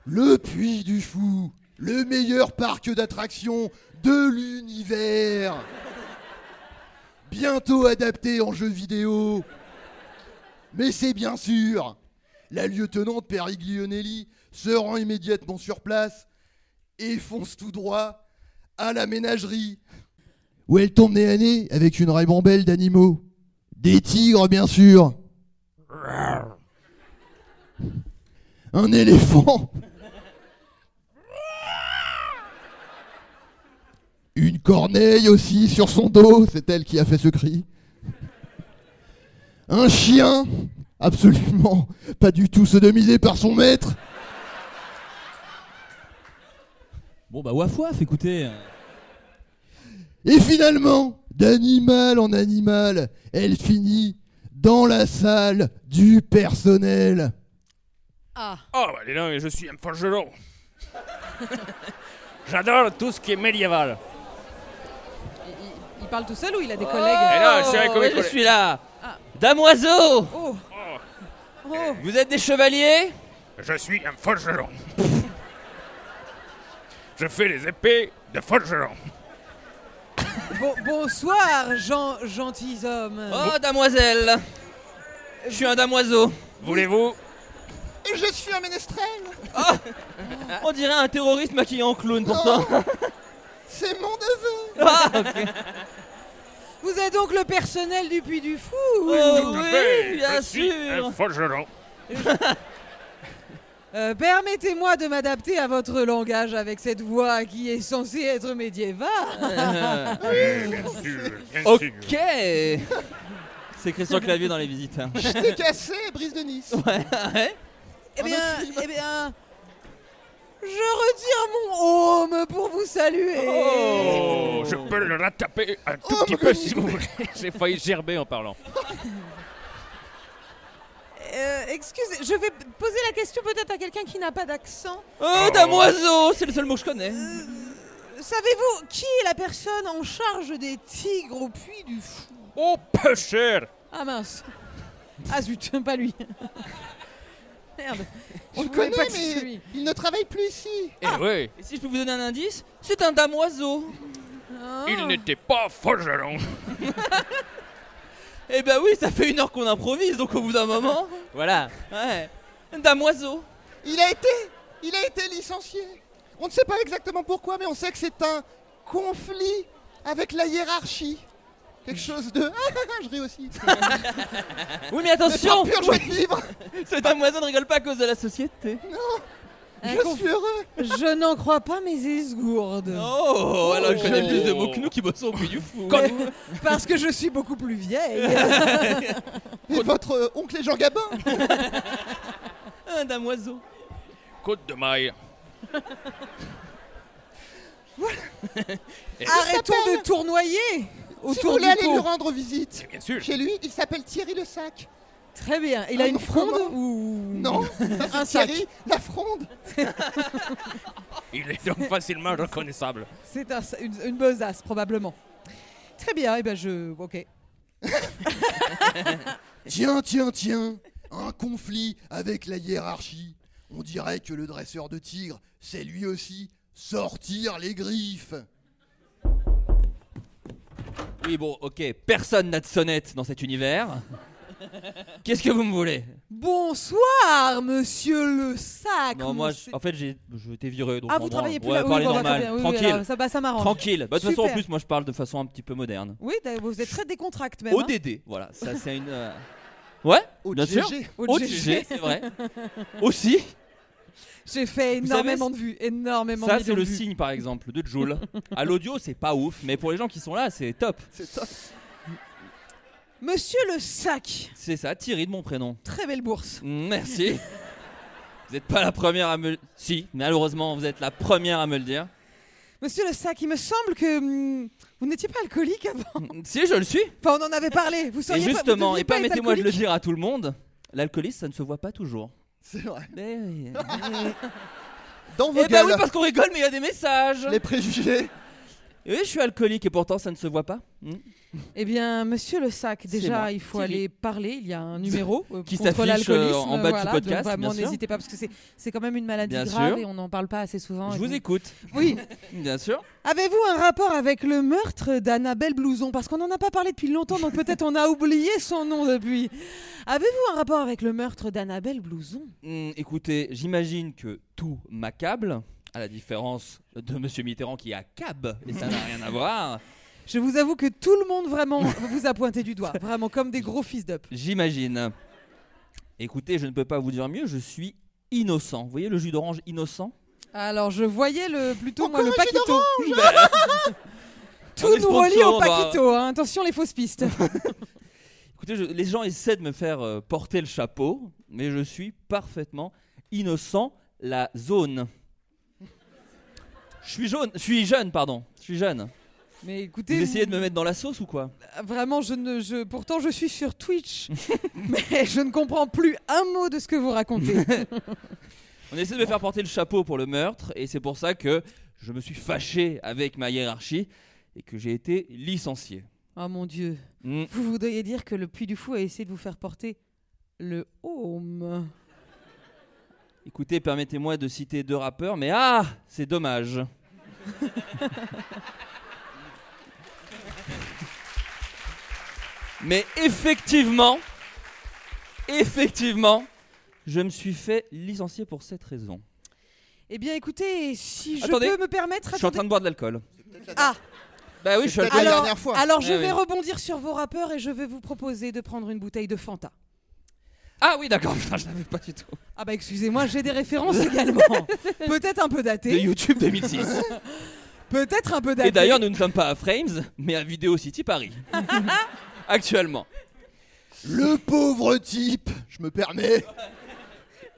G: Le Puy du Fou, le meilleur parc d'attractions de l'univers. Bientôt adapté en jeu vidéo. Mais c'est bien sûr. La lieutenante Periglionelli se rend immédiatement sur place et fonce tout droit à la ménagerie. Où elle tombe nez à nez avec une ribambelle d'animaux. Des tigres, bien sûr.
N: un éléphant. Une corneille aussi sur son dos, c'est elle qui a fait ce cri. Un chien, absolument pas du tout sodomisé par son maître.
F: Bon bah waf waf, écoutez.
N: Et finalement, d'animal en animal, elle finit dans la salle du personnel.
J: Ah.
B: Oh, bah dis donc, je suis un forgeron. J'adore tout ce qui est médiéval.
J: Il parle tout seul ou il a des
F: Oh,
J: collègues
B: Eh
F: Et là, c'est avec mes collègues. je suis là. Damoiseau
J: Oh.
F: Vous êtes des chevaliers
B: Je suis un forgeron. je fais les épées de forgeron.
J: Bon- bonsoir, gen- gentilshommes.
F: Oh, damoiselle Je suis un damoiseau.
B: Voulez-vous
L: Et je suis un ménestrel
F: Ah. On dirait un terroriste maquillé en clown
B: Oh,
F: pourtant.
L: C'est mon neveu
F: Ah, ok.
J: Vous êtes donc le personnel du Puy du Fou
F: Oh,
B: Oui,
F: bien
B: je suis
F: sûr.
B: un forgeron.
J: Euh, Permettez-moi de m'adapter à votre langage avec cette voix qui est censée être médiévale.
B: Oui, bien sûr, bien
F: Ok
B: sûr.
F: C'est Christian Clavier dans les visites. hein.
L: Je t'ai cassé, Brise de Nice
F: Ouais, ouais.
J: Eh bien, eh bien, je retire mon home pour vous saluer.
B: Oh, je peux le rattraper un tout
F: Oh.
B: petit peu si vous voulez. J'ai failli gerber en parlant.
J: Euh, excusez, je vais poser la question peut-être à quelqu'un qui n'a pas d'accent. Euh,
F: Oh, damoiseau C'est le seul mot que je connais.
J: Savez-vous qui est la personne en charge des tigres au puits du fou
B: Oh, peu cher.
J: Ah mince. Ah zut, pas lui. Merde.
L: On
J: Je
L: le
J: voulais
L: connaît,
J: pas que c'est
L: mais
J: lui.
L: il ne travaille plus ici
F: Ah.
B: Eh oui,
F: Et si je peux vous donner un indice, c'est un damoiseau. Ah.
B: il n'était pas forgeron.
F: Eh ben oui, ça fait une heure qu'on improvise, donc au bout d'un moment.
H: Voilà.
F: Ouais. Damoiseau.
L: Il a été Il a été licencié On ne sait pas exactement pourquoi, mais on sait que c'est un conflit avec la hiérarchie. Quelque chose de... Ah, je ris aussi.
F: Oui, mais attention
L: C'est pas pur joie de vivre
F: Ce damoiseau ne rigole pas à cause de la société.
J: Un
L: Je
J: conf-
L: suis heureux
J: Je n'en crois pas mes esgourdes.
F: Oh, alors il connaît plus de mots que nous qui bossons au puits du fou. Eh,
J: Quand- Parce que je suis beaucoup plus vieille.
L: Et votre euh, oncle est Jean Gabin
F: Un damoiseau.
B: Côte de maille.
J: Arrêtons
L: s'appelle-
J: de tournoyer
L: Si vous
J: autour
L: voulez
J: du
L: aller
J: pot.
L: lui rendre visite
B: Bien sûr.
L: chez lui, il s'appelle Thierry Le Sac.
J: Très bien. Il
L: Ah
J: a une
L: non,
J: fronde
L: comment
J: ou
L: Non, ça
J: Un
L: c'est
J: sac.
L: Thierry La Fronde
B: Il est donc facilement reconnaissable.
J: C'est un- une, une besace probablement. Très bien. Et ben je. Ok.
N: Tiens, tiens, tiens, un conflit avec la hiérarchie. On dirait que le dresseur de tigre
G: C'est lui aussi sortir les griffes.
F: Oui, bon, ok, personne n'a de sonnette dans cet univers. Qu'est-ce que vous me voulez
J: Bonsoir, Monsieur le sac.
F: Non, moi,
J: monsieur-
F: je- en fait, j'ai je t'ai viré. Donc
J: Ah,
F: en
J: vous
F: branle.
J: travaillez plus
F: ouais,
J: là Oui,
F: parlez
J: bon, bah, très
F: normal,
J: bien. Oui, oui,
F: tranquille.
J: alors, ça, bah, ça m'arrange.
F: Tranquille. Bah, de toute façon, en
J: Super.
F: plus, moi, je parle de façon un petit peu moderne.
J: Oui, d'ailleurs, vous êtes très décontracté même. hein.
F: ODD, voilà, ça c'est une. euh, Ouais, bien sûr.
J: hein.
L: OGG.
F: OGG, c'est vrai. Aussi,
J: J'ai fait
F: Vous savez,
J: énormément de vues, énormément de
F: ça
J: vues.
F: c'est le signe par exemple de Joule. À l'audio, c'est pas ouf, mais pour les gens qui sont là, c'est top.
J: Monsieur le sac,
F: C'est ça, Thierry de mon prénom. Mm,
J: très belle bourse.
F: Merci. Vous n'êtes pas la première à me. Si, malheureusement, vous êtes la première à me le dire.
J: Monsieur le sac, il me semble que hum, vous n'étiez pas alcoolique avant.
F: Si, je le suis.
J: Enfin, on en avait parlé. Vous
F: Et
J: seriez
F: justement, eh ben,
J: pas,
F: et permettez-moi de le dire à tout le monde, l'alcoolisme, ça ne se voit pas toujours.
G: C'est vrai.
F: Eh oui.
G: Dans vos
F: Eh ben oui,
G: gueules,
F: parce qu'on rigole, mais il y a des messages. Eh
G: les préjugés.
F: Oui, je suis alcoolique et pourtant ça ne se voit pas. Hmm.
J: Eh bien, monsieur le sac, déjà,
F: moi,
J: il faut
F: Thierry.
J: aller parler. Il y a un numéro euh,
F: Qui
J: contre
F: s'affiche,
J: l'alcoolisme.
F: euh, en bas de ce
J: voilà,
F: podcast,
J: donc vraiment,
F: bien sûr.
J: n'hésitez pas parce que c'est- c'est quand même une maladie
F: Bien
J: grave
F: sûr.
J: et on n'en parle pas assez souvent.
F: Je
J: Et
F: vous
J: donc-
F: écoute.
J: Oui.
F: Bien sûr.
J: Avez-vous un rapport avec le meurtre d'Annabelle Blouson Parce qu'on n'en a pas parlé depuis longtemps, donc peut-être on a oublié son nom depuis. Avez-vous un rapport avec le meurtre d'Annabelle Blouson
F: Hmm, écoutez, j'imagine que tout m'accable, à la différence de Monsieur Mitterrand qui accable, et ça n'a rien à voir.
J: Je vous avoue que tout le monde vraiment vous a pointé du doigt, vraiment comme des gros fils d'up.
F: J'imagine. Écoutez, je ne peux pas vous dire mieux, je suis innocent. Vous voyez le jus d'orange innocent
J: Alors, je voyais le plutôt moi,
L: Encore
J: le
L: un jus
J: paquito.
L: d'orange
J: Tout
F: est
J: nous relie
F: sponsor, bah,
J: au
F: on doit-
J: paquito. hein. Attention, les fausses pistes.
F: Écoutez, je- les gens essaient de me faire euh, porter le chapeau, mais je suis parfaitement innocent. La zone. Je suis jaune, je suis jeune, pardon. Je suis jeune.
J: Mais écoutez, euh,
F: vous essayez de me mettre dans la sauce ou quoi
J: Vraiment, je ne, je, pourtant, je suis sur Twitch, mais je ne comprends plus un mot de ce que vous racontez.
F: On essaie de me faire porter le chapeau pour le meurtre, et c'est pour ça que je me suis fâché avec ma hiérarchie et que j'ai été licencié.
J: oh mon dieu.
F: Mm.
J: Vous voudriez dire que le Puy du Fou a essayé de vous faire porter le home.
F: Écoutez, permettez-moi de citer deux rappeurs, mais ah, c'est dommage. mais effectivement, effectivement, je me suis fait licencier pour cette raison.
J: Eh bien, écoutez, si je
F: Attendez.
J: peux me permettre,
F: Je suis en
J: attendez.
F: train de boire de l'alcool.
J: Ah.
F: Bah oui, je suis
J: alors,
F: alcoolique.
J: alors je
F: Eh
J: vais
F: oui.
J: rebondir sur vos rappeurs et je vais vous proposer de prendre une bouteille de Fanta.
F: Ah oui, d'accord, putain, je l'avais pas du tout.
J: Ah bah excusez-moi, j'ai des références également. Peut-être un peu datées.
F: De YouTube 2006.
J: Peut-être un peu datées.
F: Et d'ailleurs, nous ne sommes pas à Frames, mais à Vidéo City Paris. Actuellement.
G: Le pauvre type, je me permets.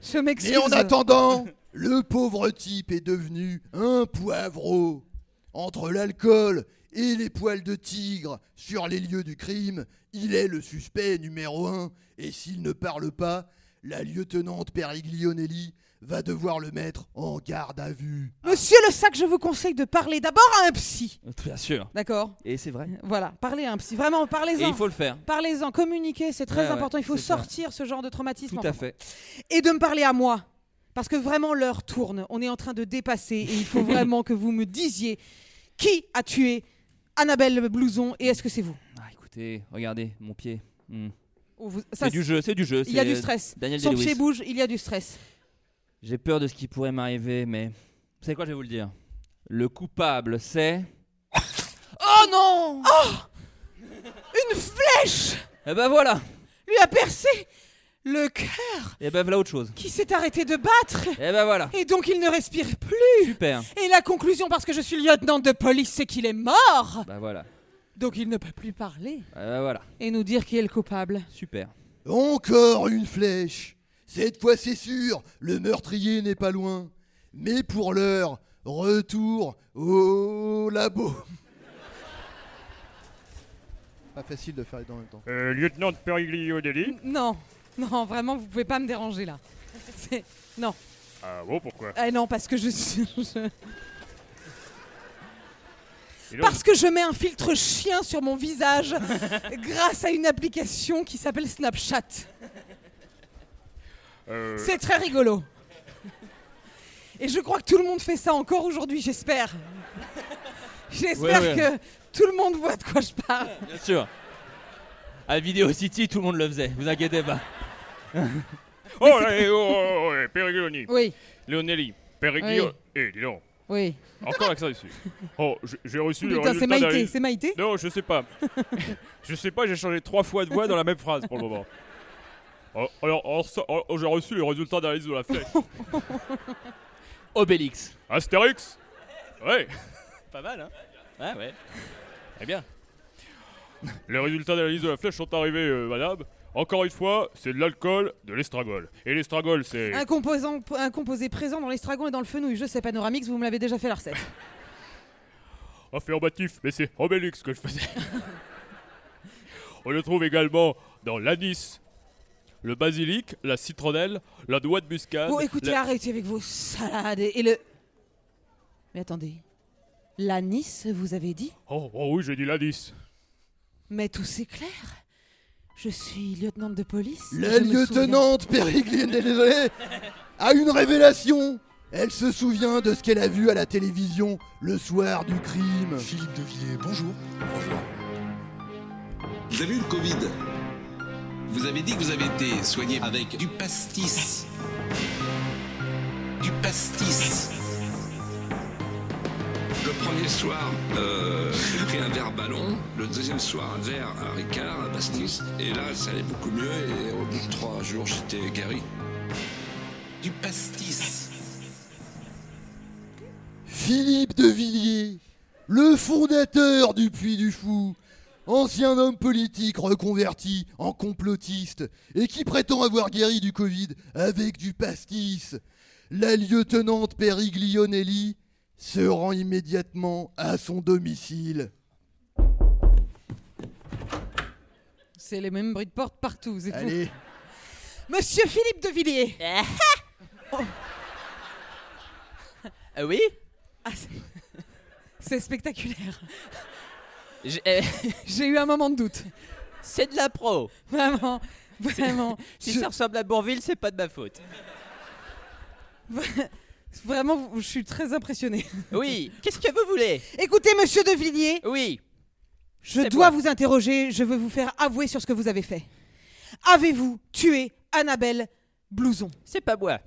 J: Je m'excuse.
G: Et en attendant, le pauvre type est devenu un poivreau. Entre l'alcool et les poils de tigre sur les lieux du crime, il est le suspect numéro un. Et s'il ne parle pas, la lieutenante Periglionelli va devoir le mettre en garde à vue.
J: Monsieur Le Sac, je vous conseille de parler d'abord à un psy.
F: Bien sûr.
J: D'accord
F: Et c'est vrai.
J: Voilà, parlez à un psy. Vraiment, parlez-en.
F: Et il faut le faire.
J: Parlez-en, communiquez, c'est très
F: Ouais, ouais,
J: important. il faut
F: c'est clair.
J: sortir ce genre de traumatisme.
F: Tout
J: Enfin,
F: à fait.
J: et de me parler à moi. Parce que vraiment, l'heure tourne. On est en train de dépasser. Et il faut vraiment que vous me disiez qui a tué Annabelle Blouson et est-ce que c'est vous
F: Ah, Écoutez, regardez mon pied. Hmm.
J: Ou vous- ça,
F: C'est du jeu, c'est du jeu.
J: Il y a
F: c'est,
J: du
F: euh,
J: stress.
F: Daniel
J: Son
F: Day-Lewis.
J: pied bouge, il y a du stress.
F: J'ai peur de ce qui pourrait m'arriver, mais. Vous savez quoi, je vais vous le dire. Le coupable, c'est.
J: Oh non Oh Une flèche
F: Eh ben voilà
J: lui a percé le cœur
F: Eh ben voilà autre chose.
J: qui s'est arrêté de battre.
F: Eh ben voilà
J: Et donc il ne respire plus.
F: Super
J: Et la conclusion, parce que je suis lieutenant de police, c'est qu'il est mort.
F: Bah voilà
J: Donc il ne peut plus parler
F: Eh ben voilà
J: et nous dire qui est le coupable.
F: Super
G: Encore une flèche. Cette fois, c'est sûr, le meurtrier n'est pas loin. Mais pour l'heure, retour au labo.
N: Pas facile de faire les deux en même temps.
B: Euh, lieutenant de Periglionelli
J: Non, non, vraiment, vous pouvez pas me déranger là. C'est- Non.
B: Ah bon, pourquoi
J: Ah non, parce que je suis. je-
B: Et donc,
J: Parce que je mets un filtre chien sur mon visage grâce à une application qui s'appelle Snapchat.
B: euh,
J: C'est très rigolo. Et je crois que tout le monde fait ça encore aujourd'hui, j'espère. J'espère
F: Ouais, ouais.
J: que tout le monde voit de quoi je parle.
F: Bien sûr À Vidéo City, tout le monde le faisait, vous inquiétez pas
B: Oh, eh, oh, oh, oh, eh, Periglioni.
J: Oui.
B: Leonelli. Periglio.
J: Oui.
B: Eh, dis donc.
J: Oui.
B: Encore l'accent dessus. Oh, je- j'ai reçu le
J: Putain,
B: résultat
J: c'est Maïté,
B: d'un-
J: c'est Maïté
B: Non, je sais pas. je sais pas, j'ai changé trois fois de voix dans la même phrase pour le moment. Oh, alors, alors ça- oh, oh, j'ai reçu le résultat d'analyse de la flèche.
F: Obélix
B: Astérix Ouais
F: Pas mal hein Ouais ouais Très bien
B: Les résultats d'analyse de la flèche sont arrivés, euh, madame. Encore une fois, c'est de l'alcool, de l'estragole. Et l'estragole, c'est.
J: Un, composant, un composé présent dans l'estragon et dans le fenouil. Je sais, Panoramix, vous me l'avez déjà fait la recette.
B: affirmatif, mais c'est Obélix que je faisais. On le trouve également dans l'anis, le basilic, la citronnelle, la noix de muscade.
J: Bon, écoutez,
B: la-
J: arrêtez avec vos salades et, et le. Mais attendez. La Nice, vous avez dit
E: ah.
B: Oh, oh oui, j'ai dit l'anis.
J: Mais tout s'éclaire. Je suis lieutenante de police.
G: La
J: je me
G: lieutenante
J: souviens.
G: Périgline a une révélation. Elle se souvient de ce qu'elle a vu à la télévision le soir du crime. Philippe Devilliers, bonjour. Bonjour.
I: Vous avez eu le Covid Vous avez dit que vous avez été soigné avec du pastis. Du pastis. Le premier soir, euh, j'ai pris un verre ballon. Le deuxième soir, un verre à Ricard, à pastis. Et là, ça allait beaucoup mieux. Et au bout de trois jours, j'étais guéri. du pastis.
G: Philippe de Villiers, le fondateur du Puy du Fou, ancien homme politique reconverti en complotiste et qui prétend avoir guéri du Covid avec du pastis, la lieutenante Periglionelli se rend immédiatement à son domicile.
J: C'est les mêmes bruits de porte partout, c'est fou.
G: Allez.
J: Monsieur Philippe de Villiers Oh.
E: Euh, oui
J: Ah, c'est- C'est spectaculaire.
E: J'ai euh,
J: J'ai eu un moment de doute.
E: C'est de la pro.
J: Vraiment, vraiment.
E: Si
J: Je-
E: ça ressemble à Bourville, c'est pas de ma faute.
J: Vraiment, je suis très impressionnée.
E: Oui, qu'est-ce que vous voulez
J: Écoutez, monsieur De Villiers.
E: Oui.
J: Je dois vous interroger, je veux vous faire avouer sur ce que vous avez fait. Avez-vous tué Annabelle Blouson
E: C'est pas moi.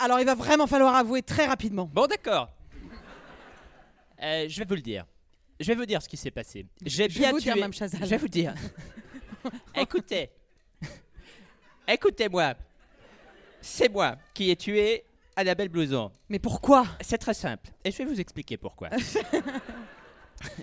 J: Alors il va vraiment falloir avouer très rapidement.
E: Bon, d'accord. Euh, je vais vous le dire. Je vais vous dire ce qui s'est passé. J'ai
J: Je vais
E: bien
J: vous
E: tué.
J: dire, Mme Chazal.
E: Je vais vous dire. Écoutez. Écoutez-moi. C'est moi qui ai tué Annabelle Blouson.
J: Mais pourquoi
E: C'est très simple. Et je vais vous expliquer pourquoi.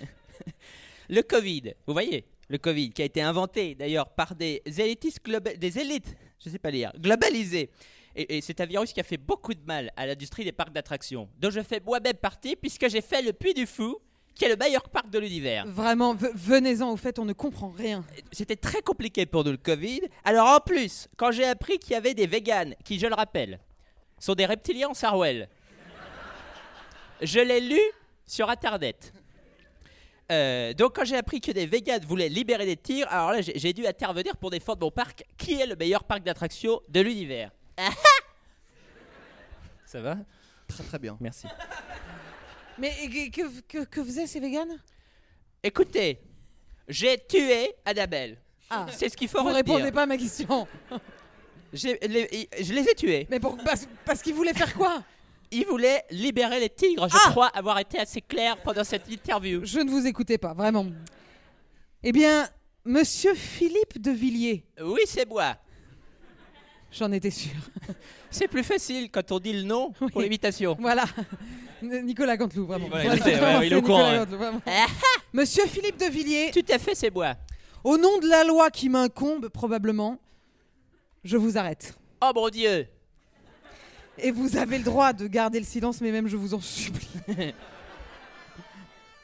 E: le Covid, vous voyez Le Covid qui a été inventé d'ailleurs par des élitistes globa- des élites, je sais pas lire, globalisées. Et, et c'est un virus qui a fait beaucoup de mal à l'industrie des parcs d'attractions, dont je fais moi-même partie puisque j'ai fait le Puy du Fou, qui est le meilleur parc de l'univers.
J: Vraiment, ve- venez-en, au fait, on ne comprend rien.
E: C'était très compliqué pour nous le Covid. Alors en plus, quand j'ai appris qu'il y avait des véganes, qui je le rappelle, sont des reptiliens en Sarwell, je l'ai lu sur Internet. Euh, donc quand j'ai appris que des véganes voulaient libérer des tirs, alors là j'ai j'ai dû intervenir pour défendre mon parc, qui est le meilleur parc d'attractions de l'univers. Ah ah Ça va
G: Très très bien.
E: Merci.
J: Mais et que, que, que faisaient ces véganes
E: Écoutez, j'ai tué Annabelle.
J: Ah,
E: C'est ce qu'il faut
J: Vous
E: retenir.
J: répondez pas à ma question.
E: J'ai- les- i- je les ai tués.
J: Mais parce, qu'ils voulaient faire quoi
E: Ils voulaient libérer les tigres. Je crois avoir été assez clair pendant cette interview.
J: Je ne vous écoutais pas, vraiment. Eh bien, monsieur Philippe de Villiers,
E: Oui, c'est moi.
J: j'en étais sûre.
E: C'est plus facile quand on dit le nom pour l'imitation.
J: Voilà. N- Nicolas Canteloup, vraiment.
E: Voilà, il le sait, ouais, il est au
J: c'est
E: courant,
J: Nicolas
E: ouais.
J: Canteloup, vraiment.
G: Ah,
J: Monsieur Philippe de Villiers.
E: Tout à fait, c'est moi.
J: Au nom de la loi qui m'incombe, probablement, je vous arrête.
E: Oh mon dieu
J: Et vous avez le droit de garder le silence, mais même je vous en supplie.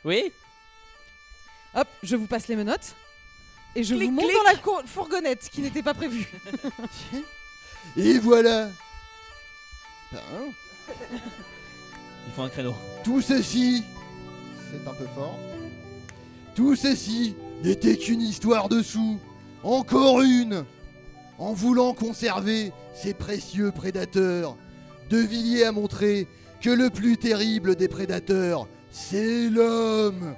E: Oui
J: Hop, je vous passe les menottes. Et je vous monte
G: clic.
J: dans la cour- fourgonnette qui n'était pas prévue.
E: Ah,
G: Et voilà. Hein
F: Il faut un créneau.
G: Tout ceci, c'est un peu fort. Tout ceci n'était qu'une histoire dessous, encore une. En voulant conserver ces précieux prédateurs, De Villiers a montré que le plus terrible des prédateurs, c'est l'homme.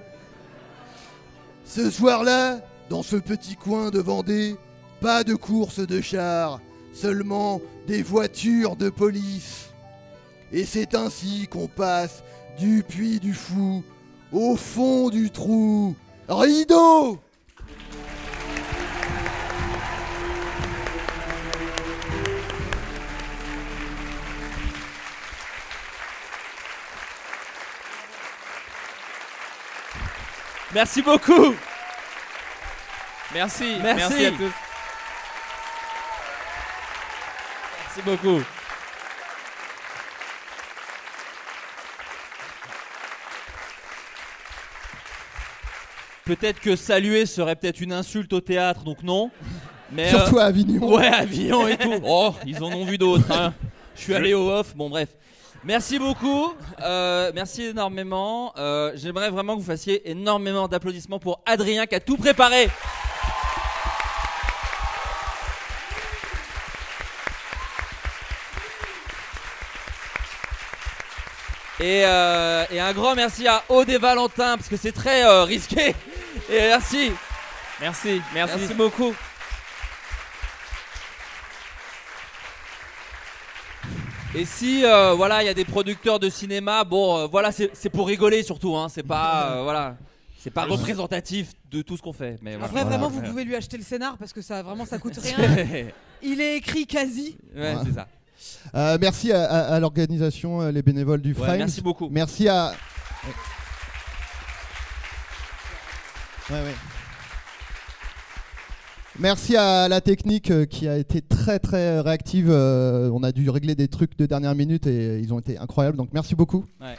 G: Ce soir-là, dans ce petit coin de Vendée, pas de course de chars, seulement des voitures de police. Et c'est ainsi qu'on passe du puits du fou au fond du trou. Rideau
F: Merci beaucoup.
E: Merci,
F: Merci.
E: merci à tous.
F: Merci beaucoup. Peut-être que saluer serait peut-être une insulte au théâtre, donc non. Mais
N: Surtout à Avignon.
F: Ouais, Avignon et tout. Oh, ils en ont vu d'autres. hein. Je suis allé au off. Bon, bref. Merci beaucoup. Euh, merci énormément. Euh, J'aimerais vraiment que vous fassiez énormément d'applaudissements pour Adrien qui a tout préparé. Et, euh, et un grand merci à Aude et Valentin parce que c'est très euh, risqué. Et merci.
H: Merci, merci.
F: Merci beaucoup. Et si euh, voilà, il y a des producteurs de cinéma, bon, euh, voilà, c'est c'est pour rigoler surtout, hein. C'est pas euh, voilà, c'est pas représentatif de tout ce qu'on fait. Mais
J: Après,
F: voilà.
J: vraiment,
F: Voilà.
J: vous pouvez lui acheter le scénar parce que ça, vraiment, ça coûte rien.
F: Ouais.
J: Il est écrit quasi.
F: Ouais, c'est ça.
G: Euh, merci à, à- à l'organisation, euh, les bénévoles du
F: Ouais,
G: Frames.
F: merci beaucoup.
G: Merci à. Ouais, ouais. Merci à la technique euh, qui a été très très réactive. Euh, on a dû régler des trucs de dernière minute et ils ont été incroyables. Donc merci beaucoup.
F: Ouais.